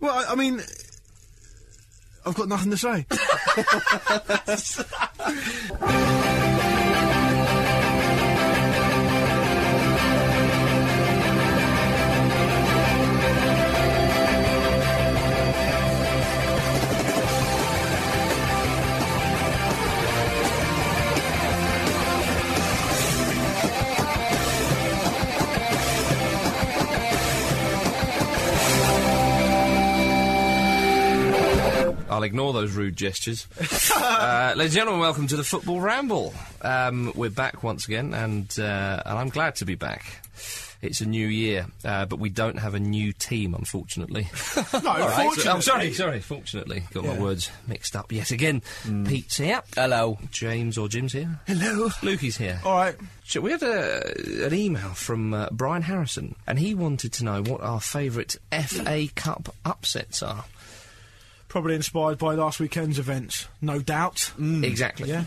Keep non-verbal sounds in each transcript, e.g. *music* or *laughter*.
Well, I- I mean, I've got nothing to say. I'll ignore those rude gestures. *laughs* uh, ladies and gentlemen, welcome to the Football Ramble. Um, we're back once again, and, uh, and I'm glad to be back. It's a new year, uh, but we don't have a new team, unfortunately. *laughs* No, Right, so- I'm unfortunately. sorry, sorry. Fortunately, got my Yeah. Hmm. words mixed up yet again. Pete's here. Hello. James or Jim's here. Hello. Oh. Lukey's here. *laughs* All right. Ch- We had a, an email from uh, Brian Harrison, and he wanted to know what our favourite FA Cup upsets are. Probably inspired by last weekend's events, no doubt. Mm. Exactly. Yeah.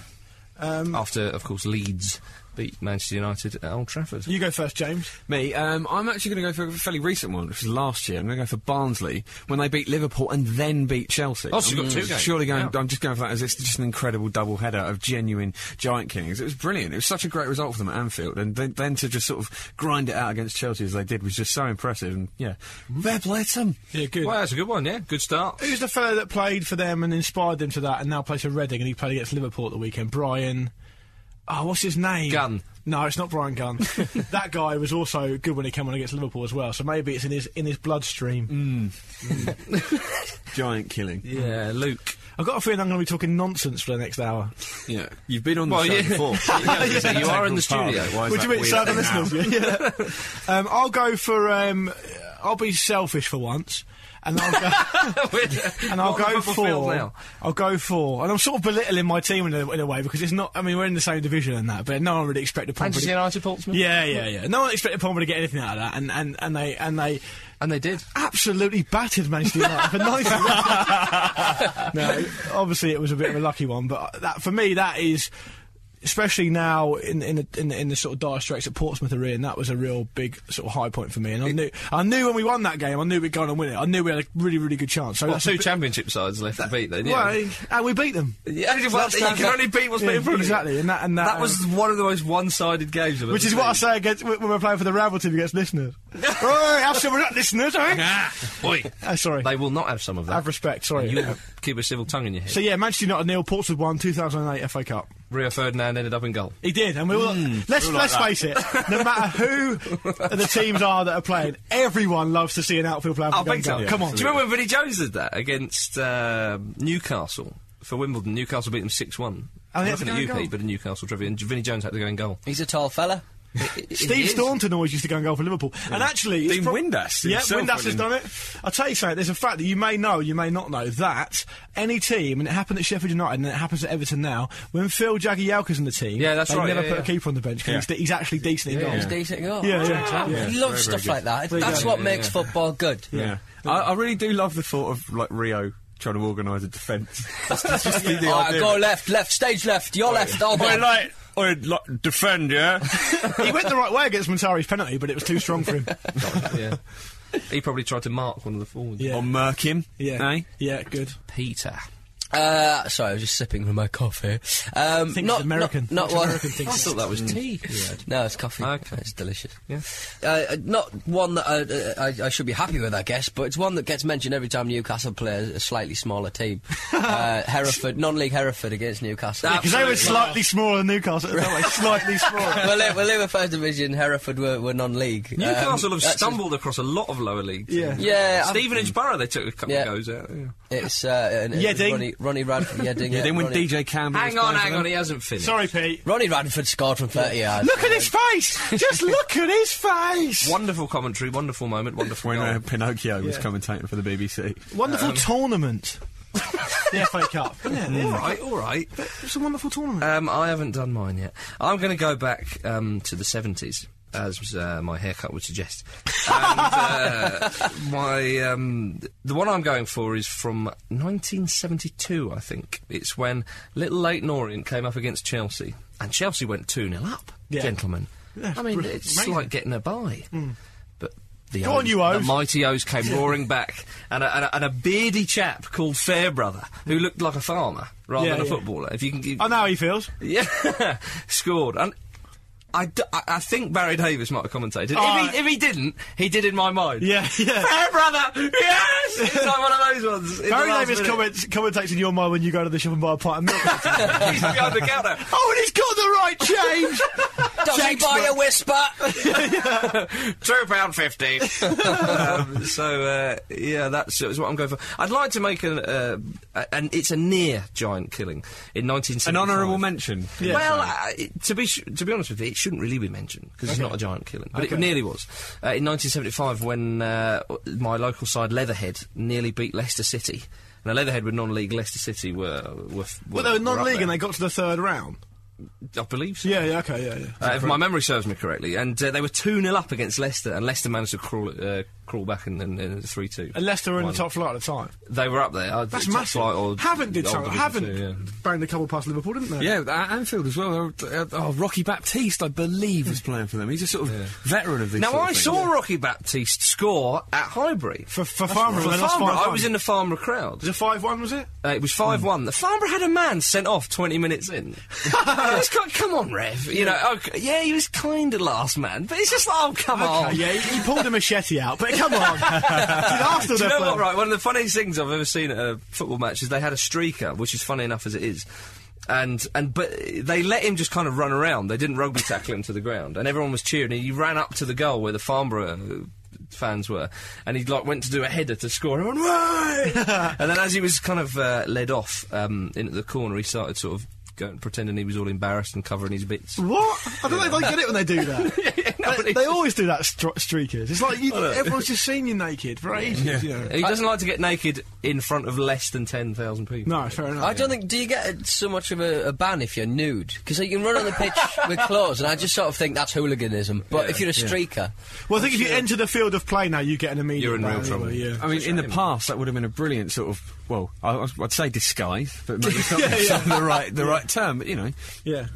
Um, After, of course, Leeds beat Manchester United at Old Trafford. you go first, James. Me, um, I'm actually going to go for a fairly recent one, which was last year. I'm going to go for Barnsley when they beat Liverpool and then beat Chelsea. Oh, so you've I'm got two games. Surely going, Yeah. I'm just going for that as it's just an incredible double header of genuine giant kings. It was brilliant. It was such a great result for them at Anfield, and then, then to just sort of grind it out against Chelsea as they did was just so impressive. And yeah, Mm-hmm. fair play to them. Yeah, good. Well, that's a good one, yeah. Good start. Who's the fellow that played for them and inspired them to that and now plays for Reading and he played against Liverpool at the weekend? Brian. Oh, what's his name? Gunn. No, it's not Brian *laughs* Gunn. that guy was also good when he came on against Liverpool as well, so maybe it's in his in his bloodstream. Mm. Giant killing. Yeah, Yeah, Luke. I've got a feeling I'm going to be talking nonsense for the next hour. you've been on the Well, show yeah. before. *laughs* Yeah, I was gonna say, you are in the Part of studio. it. Why What is do that you mean, weird serve the thing now? listeners? *laughs* Yeah. um, I'll go for. Um, I'll be selfish for once, and I'll *laughs* go. And I'll What on go the football field for. now. I'll go for. And I'm sort of belittling my team in a, in a way because it's not. I mean, we're in the same division and that, but no one really expected Pompey. Manchester To, United, Portsmouth. yeah, yeah, yeah. No one expected Pompey to get anything out of that, and, and, and they and they And they did. absolutely battered Manchester United for *laughs* ninety. *laughs* minutes. no, obviously it was a bit of a lucky one, but that for me that is. Especially now in in the, in, the, in the sort of dire straits that Portsmouth are in, that was a real big sort of high point for me. And I knew I knew when we won that game, I knew we'd go on and win it. I knew we had a really really good chance. So Well, that's a two bit- championship sides left to beat, then, yeah. well, and we beat them. Yeah, well, you can only beat what's Yeah, put in front of you. exactly, and that- and that, um, was one of the most one-sided games I've Which ever is what I seen. say against when we're playing for the Rabble team against *laughs* listeners. oh, have some of that, listeners, eh? Oi. Oh, sorry. Uh-huh. They will not have some of that. Have respect, sorry. You'll keep a civil tongue in your head. So yeah, Manchester United nil, Portsmouth won 2008 FA Cup. Rio Ferdinand ended up in goal. He did, and we will. let's let's face it. No matter who the teams are that are playing, everyone loves to see an outfield player. Oh, with a gun goal. Come on, Do you remember when Vinnie Jones did that against uh, Newcastle for Wimbledon? Newcastle beat them 6 1. Oh, I'm he had to go looking at you, in goal. Pete, but in Newcastle trivia. And Vinnie Jones had to go in goal. He's a tall *laughs* fella. Steve Staunton always used to go and goal for Liverpool, and actually, it's Dean Windass Yeah, himself Windass has went in. done it. I'll tell you something. There's a fact that you may know, you may not know that any team, and it happened at Sheffield United, and it happens at Everton now. When Phil Jagielka's in the team, Yeah, that's they right, Never yeah, put a yeah. keeper on the bench because he's, he's actually decent in goals. He's decent goal. Yeah, *laughs* yeah, yeah. Love stuff like that. That's go. what Yeah, makes yeah. football good. Yeah, I, I really do love the thought of like Rio trying to organise a defence. *laughs* That's just the, the All right, idea. go left, left, stage left, your left, oh all Oi, gone. like, oi, like, defend, yeah. he went the right way against Montari's penalty, but it was too strong for him. yeah. He probably tried to mark one of the forwards. Yeah. Or murk him. Yeah, eh? yeah, good. Peter. Uh, sorry, I was just sipping from my coffee. Um, Think it's not American. Not, It's not American one. thing. I thought that was tea. No, it's coffee. Okay. It's delicious. Yeah. Uh, Uh, not one that I, uh, I, I should be happy with, I guess, but it's one that gets mentioned every time Newcastle play a slightly *laughs* smaller team. uh, Hereford, non-league Hereford against Newcastle. That- Because they were Absolutely. slightly smaller than Newcastle, weren't they? *laughs* slightly smaller. well, they, well, they were first division. Hereford were, were non-league. Um, Newcastle have that's a- stumbled across a lot of lower league. Yeah. Um, teams. Yeah, I've- Stevenage Borough, they took a couple Yeah. of goes out. Yeah. It's uh, an, Yeah, a Dean. runny, Ronnie Radford. Yeah, ding Yeah, it. then when Ronnie, DJ Campbell. was Hang on, playing for hang them- on, he hasn't finished. Sorry, Pete. Ronnie Radford scored from 30 *laughs* yards. Look at his face. *laughs* Just look at his face. Wonderful commentary, wonderful moment, wonderful When goal. uh, Pinocchio was Yeah. commentating for the BBC. um, Wonderful tournament. the FA Cup. *laughs* Yeah, all yeah. right, all right. It's a wonderful tournament. Um, I haven't done mine yet. I'm going to go back um, to the 70s, as uh, my haircut would suggest. *laughs* And uh, my um, the one I'm going for is from 1972, I think. It's when Little Leighton Orient came up against Chelsea, and Chelsea went 2 0 up, Yeah. gentlemen. Yeah, I mean, br- it's amazing. Mm. like getting a bye. But the, Go on, you O's. the mighty *laughs* O's came roaring back, and a, and, a, and a beardy chap called Fairbrother, who looked like a farmer rather Yeah, than a yeah. footballer. If you can, give Uh, I know how he feels. yeah, *laughs* scored. And I, d- I- I think Barry Davis might have commentated. Oh. if, he, if he didn't, he did in my mind. Yeah, yeah. Fair brother! *laughs* Yes! It's like one of those ones. in the Barry last Davis minute. comments, commentates in your mind when you go to the shop and buy a pint of *laughs* milk. *laughs* He's behind the *laughs* counter. oh, and he's got the right *laughs* change. Does he buy a whisper? *laughs* Two *laughs* pound fifty. um, so uh, yeah, that's, that's what I'm going for. I'd like to make an, uh, a- an it's a near giant killing in 1975. An honourable mention. well, uh, it- to be sh- to be honest with you, it shouldn't really be mentioned because it's not a giant killing, but it nearly was uh, in 1975 when uh, my local side Leatherhead nearly beat Leicester City. Now Leatherhead were non-league. Leicester City were were, f- were well, they were up non-league and there. they got to the third round. I believe so. Yeah, yeah, okay, yeah, yeah. Uh, if my memory serves me correctly, and uh, they were two 0 up against Leicester, and Leicester managed to crawl uh, crawl back and and three two. And Leicester were in the top flight at the time. They were up there. Uh, That's top massive. flight or- haven't did or something. Division Haven't Two, yeah. banged a couple past Liverpool, didn't they? Yeah, at Anfield as well. they were- uh, Oh, Rocky Baptiste, I believe, was playing for them. He's a sort of veteran of these. Now sort of I things. saw Rocky Baptiste score at Highbury. For, for Farmer, For they lost Farnborough, I 5-1. was in the Farnborough crowd. Was it five one? Was it? Uh, it was five one. The farmer had a man sent off twenty *laughs* minutes in. It's like, come on, Rev. You know, okay, yeah, he was kind of last man, but it's just like, oh, come Oh, on. yeah, he, he pulled a machete out. But come *laughs* on, after Do you know what? Right, one of the funniest things I've ever seen at a football match is they had a streaker, which is funny enough as it is. And and but they let him just kind of run around. They didn't rugby tackle him to the ground, and everyone was cheering. And he ran up to the goal where the Farnborough uh, fans were, and he like went to do a header to score. Everyone, *laughs* "Way!" and then as he was kind of uh, led off um, into the corner, he started sort of going pretending he was all embarrassed and covering his bits. What? I don't know if I get it when they do that. *laughs* No, uh, they, but they always do that, stro streakers. It's like you, everyone's just seen you naked for ages. You know. he doesn't like to get naked in front of less than ten thousand people. No, fair enough. I don't think. Do you get uh, so much of a, a ban if you're nude? Because you can run on the pitch with clothes, and I just sort of think that's hooliganism. But if you're a streaker, Well, I think if you enter the field of play now, you get an immediate. uh, You're in ban real trouble. anyway, I yeah. mean, in the past, that would have been a brilliant sort of well, I, I'd say disguise, but maybe it's not necessarily *laughs* the right the right term. But you know, Yeah.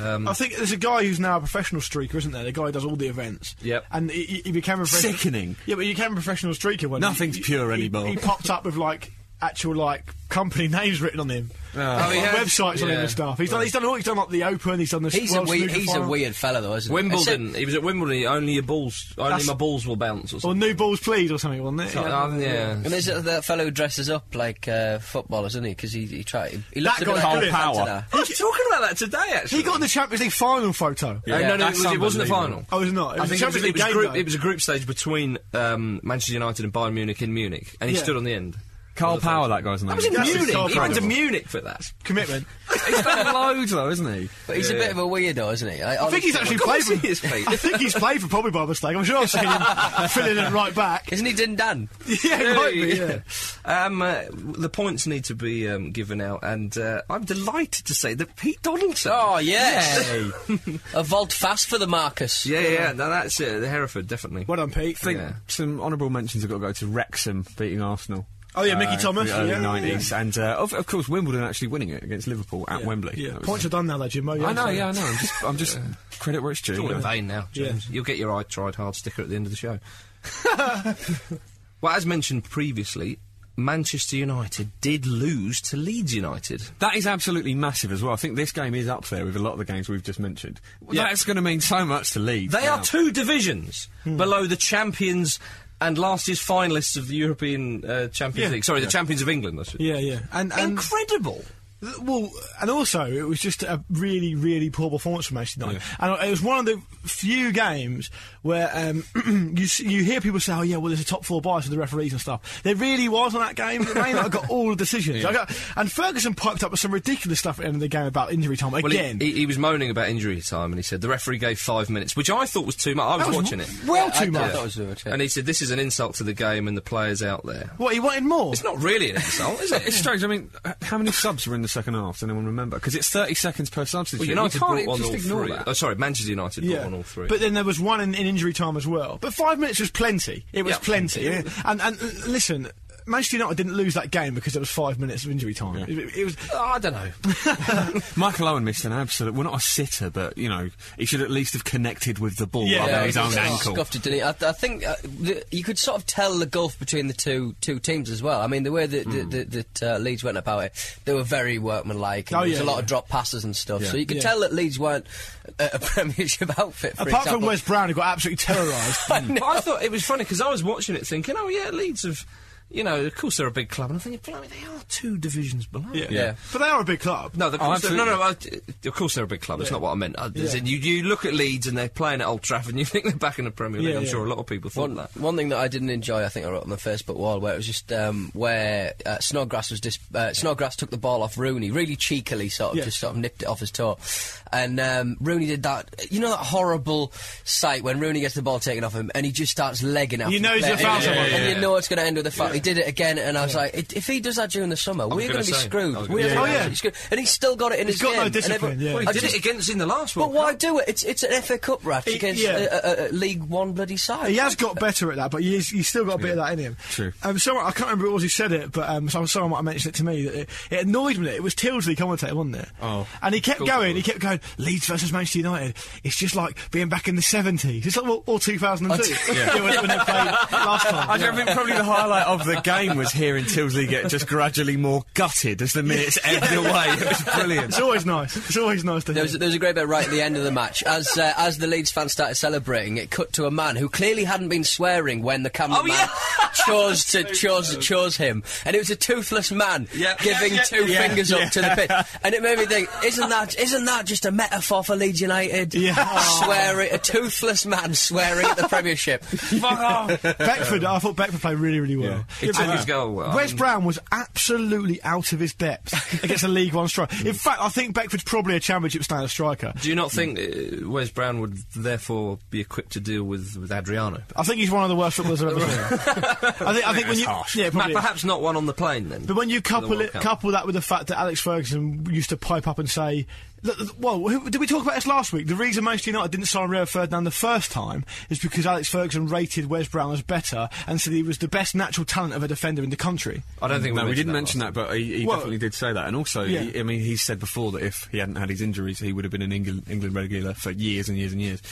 Um, I think there's a guy who's now a professional streaker, isn't there? The guy who does all the events. Yep. And he, he- he became a professional. Sickening. Yeah, but he became a professional streaker when Nothing's he- pure he- anymore. He, popped up with like actual like company *laughs* names written on him. Oh, he Like, has- websites on him yeah. and stuff. He's done. He's done all. He's done like the Open. He's done the. he's a World wee- Snooker he's a final. weird fellow, though, isn't he? Wimbledon. he was at Wimbledon. Only your balls. Only That's- my balls will bounce. Or something. Or new balls, please, or something, wasn't it? Oh, Yeah. Um, yeah. And there's that that fellow who dresses up like uh, footballers, isn't he? Because he, he tried. He looks a guy's bit like good. Cantona. I was talking about that today, actually. He got in the Champions League final photo. Uh, no, no, it, that's was, it wasn't the final. unbelievable. Oh, it was not. It I was think a it was, Champions it, was League a game, group, though. it was a group stage between um, Manchester United and Bayern Munich in Munich, and he stood on the end. Carl Power, that guy's name. That was in That's Munich. He went to incredible. Munich for that. *laughs* commitment. He's done loads though, isn't he? But he's a bit of a weirdo, isn't he? I think he's actually Of played. course For, he is, mate. I think he's played for probably by mistake. I'm sure I've seen *laughs* him filling it right back. Isn't he Dindan? *laughs* Yeah, it might be. Yeah. Um, uh, the points need to be um, given out, and uh, I'm delighted to say that Pete Donaldson. Oh yes, *laughs* a vault fast for the Marcus. yeah, yeah, yeah. No, that's it. The Hereford, definitely. Well done, Pete. I think Yeah. some honourable mentions have got to go to Wrexham beating Arsenal. Oh, yeah, Mickey Thomas, in the yeah. early nineties, and uh, of, of course Wimbledon actually winning it against Liverpool at Yeah. Wembley. Yeah. That was- Points are done now, though, Oh, Jimbo. I know, yeah, I know. *laughs* I'm just, I'm just credit where it's due. It's all you in know. vain now, Yeah. James. You'll get your I tried hard sticker at the end of the show. *laughs* well, as mentioned previously, Manchester United did lose to Leeds United. That is absolutely massive as well. I think this game is up there with a lot of the games we've just mentioned. That's going to mean so much to Leeds. They now. are two divisions Hmm. below the champions and last year's finalists of the European uh, Champions Yeah. League. Sorry, the champions of England. I should. Yeah, yeah. And, and Incredible. Th- Well, and also it was just a really, really poor performance from Manchester United, and it was one of the few games where um, *clears throat* you s- you hear people say, "Oh yeah, well there's a top four bias with the referees and stuff." There really was on that game. The main I got all the decisions. I got, and Ferguson piped up with some ridiculous stuff at the end of the game about injury time Well, again. He, he, he was moaning about injury time, and he said the referee gave five minutes, which I thought was too much. I was, That was watching it. w- Well, Yeah, I- too I much. thought it was too much, yeah. And he said, "This is an insult to the game and the players out there." what he wanted more. It's not really an insult, is *laughs* It's it? strange. I mean, h- how many subs were in the second half? Does anyone remember? Because it's 30 seconds per substitute. Well, You United can't brought on just all ignore three. that. Oh, sorry, Manchester United brought Yeah. on all three. *laughs* But then there was one in, in injury time as well. But five minutes was plenty. It was Yeah. plenty. And and uh, listen, Manchester United didn't lose that game because there was five minutes of injury time. It, it was. Oh, I don't know. Michael Owen missed an absolute. Well, not a sitter, but you know, he should at least have connected with the ball Yeah, rather yeah, than his own Sort of ankle. Scuffed it, didn't he? I, I think uh, the, you could sort of tell the gulf between the two two teams as well. I mean, the way that, Hmm. that, that uh, Leeds went about it, they were very workmanlike. And Oh, there was yeah, a lot yeah. of drop passes and stuff. So you could Yeah. tell that Leeds weren't a, *laughs* a Premiership outfit. For Apart from example. Wes Brown, who got absolutely terrorised. *laughs* I thought it was funny because I was watching it thinking, "Oh yeah, Leeds have." You know, of course they're a big club, and I'm thinking, blimey, they are two divisions below. Yeah. But they are a big club. No, the Oh, course they're- no, no, I, absolutely. of course they're a big club. That's not what I meant. I, as Yeah. in, you, you look at Leeds and they're playing at Old Trafford, and you *laughs* think they're back in the Premier League. Yeah, I'm yeah. sure a lot of people thought One, that. one thing that I didn't enjoy, I think I wrote on the Facebook wall, where it was just um, where uh, Snodgrass was dis- uh, Snodgrass took the ball off Rooney really cheekily, sort of Yeah. just sort of nipped it off his toe, and um, Rooney did that. You know that horrible sight when Rooney gets the ball taken off him and he just starts legging after You the know he's player. gonna foul And- someone. and Yeah, yeah, you know it's going to end with a foul. He did it again, and I was like, "If- if he does that during the summer, we're gonna going to say. be I was screwed. gonna We're say. gonna be Yeah. absolutely screwed. And he's still got it in his got game. no and discipline, yeah. Well, he I Did just- it against in the last But one. why do it? It's it's an FA Cup match against yeah. a, a, a League One bloody side. He has got better at that, but he's, he's still got a bit of that in him. True. Um, someone, I can't remember who it was who said it, but um, some- someone might have mentioned it to me. That it, it annoyed me. that It was Tilsley commentator, wasn't it? Oh. And he kept Of course it going. He was. kept going. Leeds versus Manchester United. It's just like being back in the seventies. It's like well, or two thousand and two. *laughs* Yeah. when, when they played last time. I think probably the highlight of the game was hearing Tilsley get just gradually more gutted as the minutes *laughs* ebbed away. It was brilliant. It's always nice. It's always nice to There hear. was, there was a great bit right at the end of the match. As uh, as the Leeds fans started celebrating, it cut to a man who clearly hadn't been swearing when the Oh, cameraman *laughs* *laughs* chose to chose chose him, and it was a toothless man Yeah. giving Yeah, yeah, two fingers up to the pitch, and it made me think, isn't that isn't that just a metaphor for Leeds United? Yeah. swearing a toothless man *laughs* swearing at the Premiership. Fuck off. Beckford, I thought Beckford played really, really well. He took his goal well. Wes Brown was absolutely out of his depth against a League One striker. In fact, I think Beckford's probably a Championship standard striker. Do you not think uh, Wes Brown would therefore be equipped to deal with, with Adriano? I think he's one of the worst footballers I've ever seen. *laughs* I think, I think when you, yeah, Ma- probably is. perhaps not one on the plane then. But when you for the couple World it, Cup. couple that with the fact that Alex Ferguson used to pipe up and say, look, th- "Well, who, did we talk about this last week? The reason Manchester United didn't sign Rio Ferdinand the first time is because Alex Ferguson rated Wes Brown as better and said he was the best natural talent of a defender in the country." I don't think No, we didn't mentioned mention that, but he, he Well- definitely did say that. And also, Yeah. he, I mean, he said before that if he hadn't had his injuries, he would have been an England, England regular for years and years and years.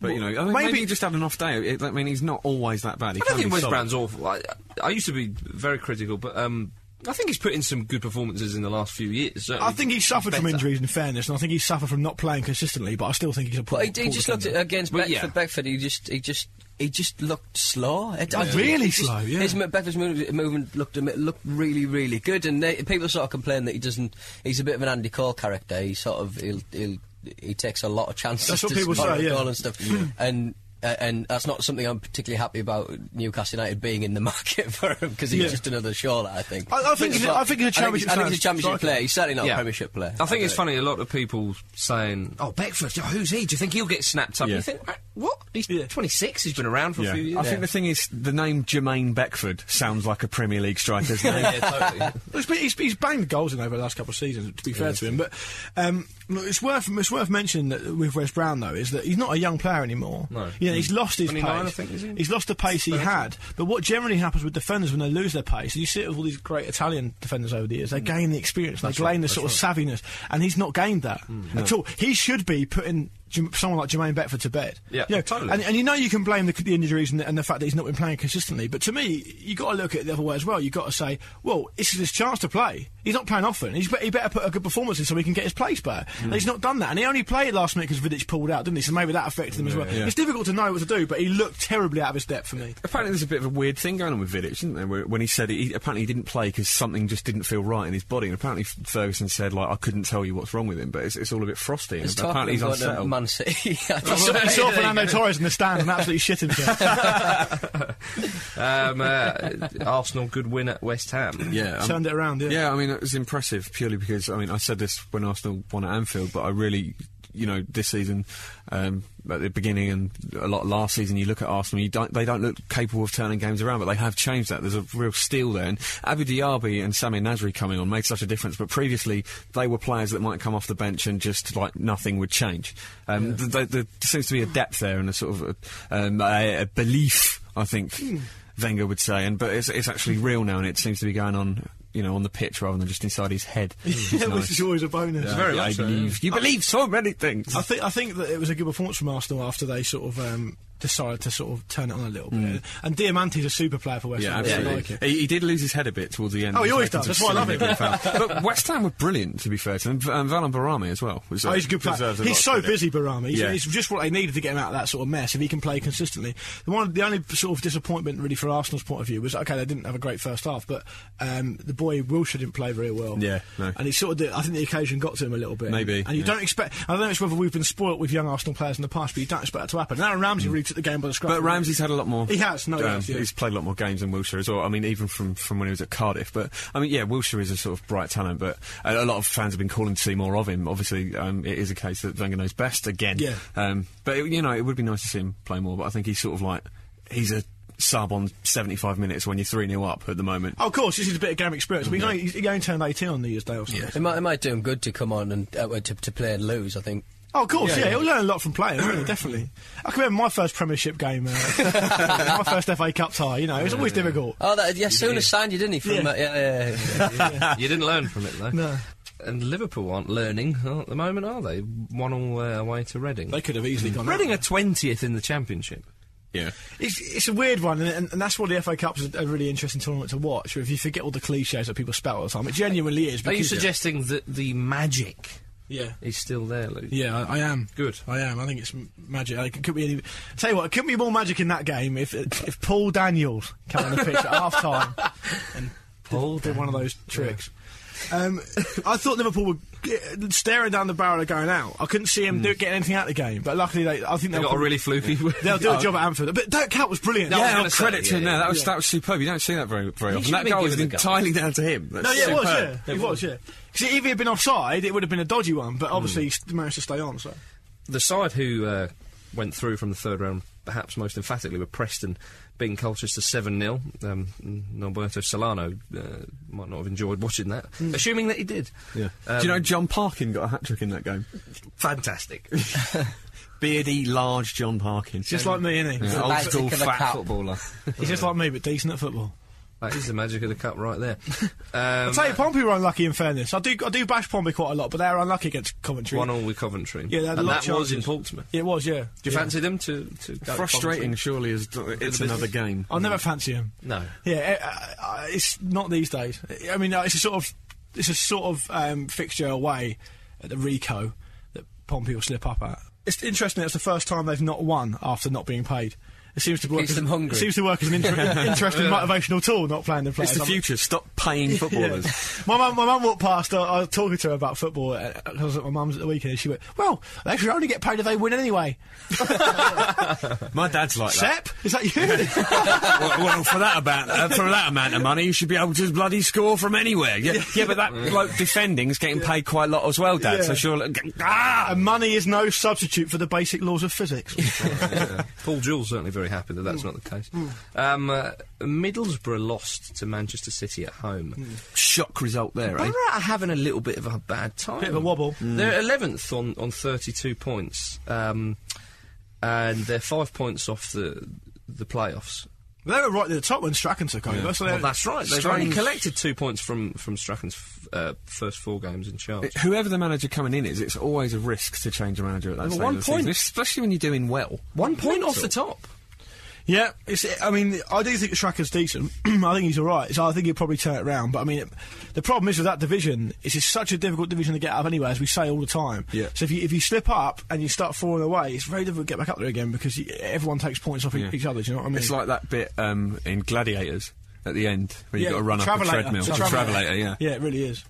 But you know, I mean, maybe, maybe- he just had an off day. It, I mean, he's not always that bad. He I can don't think be Wes solid. Brown's awful. I, I used to be very critical, but um, I think he's put in some good performances in the last few years. certainly. I think he suffered from Better. injuries, in fairness, and I think he suffered from not playing consistently. But I still think he's a poor. But he, he poor just looked defender. at, against Well, Beckford. yeah. Beckford, he just he just he just looked slow. It, Yeah. Really slow, yeah. His mo- Beckford's move- movement looked a bit- looked really really good, and they, people sort of complain that he doesn't. He's a bit of an Andy Cole character. He sort of he'll, he'll he takes a lot of chances. That's what to people score say, a yeah. goal and stuff, *clears throat* and. Uh, and that's not something I'm particularly happy about Newcastle United being in the *laughs* market for him because he's Yeah. just another shoulder. I think. I- I think he's a- I think he's a Championship I think he's a striker. championship player. He's certainly not Yeah. a Premiership player. I think it's don't- funny. A lot of people saying, "Oh, Beckford, oh, who's he? Do you think he'll get snapped up?" Yeah. You think, "Uh, "What? He's Yeah. 26. He's been around for Yeah. a few years." I think the thing is, the name Jermaine Beckford sounds like a Premier *laughs* League striker's name. yeah, totally. *laughs* He's, been, he's, he's banged goals in over the last couple of seasons. To be fair to him, but um, look, it's worth it's worth mentioning that with Wes Brown though is that he's not a young player anymore. No. you know he's lost his 29, pace. I think, is he? He's lost the pace he had. But what generally happens with defenders when they lose their pace, and you see it with all these great Italian defenders over the years, they Mm. Mm. gain the experience, they gain the sort of savviness, and he's not gained that at all. He should be putting J- someone like Jermaine Beckford to bed. Yeah, You know, totally. And, and you know you can blame the, the injuries and the, and the fact that he's not been playing consistently, but to me, you got to look at it the other way as well. You've got to say, well, this is his chance to play. He's not playing often. He's be- he better put a good performance in so he can get his place back. And he's not done that. And he only played last minute because Vidic pulled out, didn't he? So maybe that affected him as well. It's difficult to know what to do, but he looked terribly out of his depth for me. Apparently, there's a bit of a weird thing going on with Vidic, isn't there? Where- When he said he, apparently he didn't play because something just didn't feel right in his body, and apparently F- Ferguson said like I couldn't tell you what's wrong with him, but it's, it's all a bit frosty. And It's talk apparently, he's about the unsettled. uh, Man City. *laughs* I I just- saw, I saw There you Fernando go. Torres in the stands and absolutely shit himself. Um, uh, Arsenal, good win at West Ham. *laughs* yeah, um, Turned it around, yeah. Yeah, I mean, it was impressive purely because, I mean, I said this when Arsenal won at Anfield, but I really, you know, this season, um, at the beginning and a lot last season, you look at Arsenal, you don't, they don't look capable of turning games around, but they have changed that. There's a real steal there. And Abu Diaby and Sami Nasri coming on made such a difference, but previously they were players that might come off the bench and just, like, nothing would change. Um, th- th- there seems to be a depth there and a sort of a, um, a, a belief, I think. Wenger would say, and but it's, it's actually real now, and it seems to be going on, you know, on the pitch rather than just inside his *laughs* head. Which is nice. Which is always a bonus. very I much so, believe you believe so many things. I think I think that it was a good performance from Arsenal after they sort of um, decided to sort of turn it on a little bit. And Diamante's a super player for West Mm. Yeah, Ham. I absolutely. like it. he, he did lose his head a bit towards the end. Oh, he He's always taken does. some That's why I silly big fouls. but West Ham were brilliant, to be fair to them. V- Um, Valan Barami as well. Was, uh, Oh, he's a good player. deserves a lot He's of so credit. busy, Barami. He's, Yeah. he's just what they needed to get him out of that sort of mess. If he can play consistently, the one, the only sort of disappointment really for Arsenal's point of view was okay, they didn't have a great first half, but um, the boy Wilshere didn't play very well. Yeah, no. and he sort of, did, I think the occasion got to him a little bit. Maybe, and you yeah. don't expect. I don't know it's whether we've been spoilt with young Arsenal players in the past, but you don't expect that to happen. And Aaron Ramsey really took the game by the scruff. Mm. But of the neck. Ramsey's had a lot more. Um, He has, no, he has, yeah. He's played a lot more games than Wilshire as well. I mean, even from, from when he was at Cardiff. But I mean, yeah, Wilshire is a sort of bright talent. But a, a lot of fans have been calling to see more of him. Obviously, um, it is a case that Wenger knows best again. Yeah. Um, but it, you know, it would be nice to see him play more. But I think he's sort of like he's a sub on seventy five minutes when you're three 0 up at the moment. Oh, of course, this is a bit of game experience. But you know, he's- he only turned 18 on New Year's Day or something. It might, it might do him good to come on and uh, to, to play and lose. I think. Oh, of course, yeah, he'll learn a lot from playing, won't he? definitely. I can remember my first Premiership game, *laughs* uh, my first FA Cup tie, you know, it was always difficult. Oh, that, yeah, soon signed you, didn't he? From, Yeah. uh, yeah, yeah, yeah. *laughs* you didn't learn from it though. No. And Liverpool aren't learning uh, at the moment, are they? One all uh, away to Reading. They could have easily gone. Reading are twentieth in the championship. Yeah. It's, it's a weird one, and, and, and that's why the FA Cup's a, a really interesting tournament to watch. If you forget all the cliches that people spout all the time, it genuinely is. Are you because- suggesting that the magic Yeah. is still there, Luke? Yeah, I, I am. Good. I am. I think it's m- magic. I, could be any, tell you what, it couldn't be more magic in that game if if Paul Daniels came on the pitch at half *laughs* time and Paul did one of those tricks. Um, I thought Liverpool were g- staring down the barrel of going out. I couldn't see him do, getting anything out of the game, but luckily they, I think Mm. They they'll, got a really fluky. *laughs* they'll *laughs* do a job at Anfield. But Dirk Cat was brilliant. No, I was Yeah, gonna oh, say, credit to him yeah, there. yeah. That was, that was superb. You don't see that very, very often. should have That been goal is given the goal. entirely down to him. That's No, yeah, it was, superb. yeah. It was, yeah. See, if he had been offside, it would have been a dodgy one, but obviously Mm. he managed to stay on, so. the side who uh, went through from the third round, perhaps most emphatically, were Preston, beating Colchester 7 0. Um, Norberto Solano uh, might not have enjoyed watching that, assuming that he did. Yeah. Um, Do you know John Parkin got a hat trick in that game? Fantastic. Beardy, large John Parkin. Just like me, innit? Yeah, old Magic school of a fat cup. footballer. He's just like me, but decent at football. that is the magic of the cup right there. I Um, tell you, Pompey were unlucky. In fairness, I do I do bash Pompey quite a lot, but they were unlucky against Coventry. one all with Coventry. Yeah, they had a and lot that of was in chances. Portsmouth. Yeah, it was. Yeah, Do you fancy them to, to go to Frustrating, Coventry? surely, as it's another game. I'll never fancy him. No. Yeah, uh, uh, it's not these days. I mean, uh, it's a sort of it's a sort of um, fixture away at the Rico that Pompey will slip up at. It's interesting. that It's the first time they've not won after not being paid. It seems to work. Keeps as, them hungry. It seems to work as an inter- interesting motivational tool. Not playing the players. It's the I'm- future. Stop paying footballers. Yeah. My mum, my mum walked past. I, I was talking to her about football. uh, I was at my mum's at the weekend. And she went, "Well, they should only get paid if they win anyway." My dad's like that. Sep, is that you? *laughs* well, well, for that about uh, for that amount of money, you should be able to bloody score from anywhere. Yeah, yeah but that bloke defending's getting paid quite a lot as well, Dad. So Yeah. surely, ah, and money is no substitute for the basic laws of physics. Yeah. *laughs* Paul Jewell's certainly very happy that that's not the case. Um, uh, Middlesbrough lost to Manchester City at home. shock result there. Eh? Borough are having a little bit of a bad time. Mm. Bit of a wobble. They're eleventh on, on thirty two points, um, and they're five points off the the playoffs. They were right at the top when Strachan took over. So they- Well, that's right. They've only Strange. collected two points from from Strachan's f- uh, first four games in charge. It- whoever the manager coming in is, it's always a risk to change a manager at that Well, stage. one of the season, point- especially when you're doing well. One point off the top. Yeah, it's, I mean, I do think Strachan's decent. *clears throat* I think he's all right. So I think he'll probably turn it round. But I mean, it, the problem is with that division, it's just such a difficult division to get out of anyway, as we say all the time. Yeah. So if you if you slip up and you start falling away, it's very difficult to get back up there again because you, everyone takes points off e- Yeah. each other. Do you know what I mean? It's like that bit um, in Gladiators at the end where Yeah, you've got to run up a travelator. treadmill. It's The travelator, yeah. Yeah, it really is.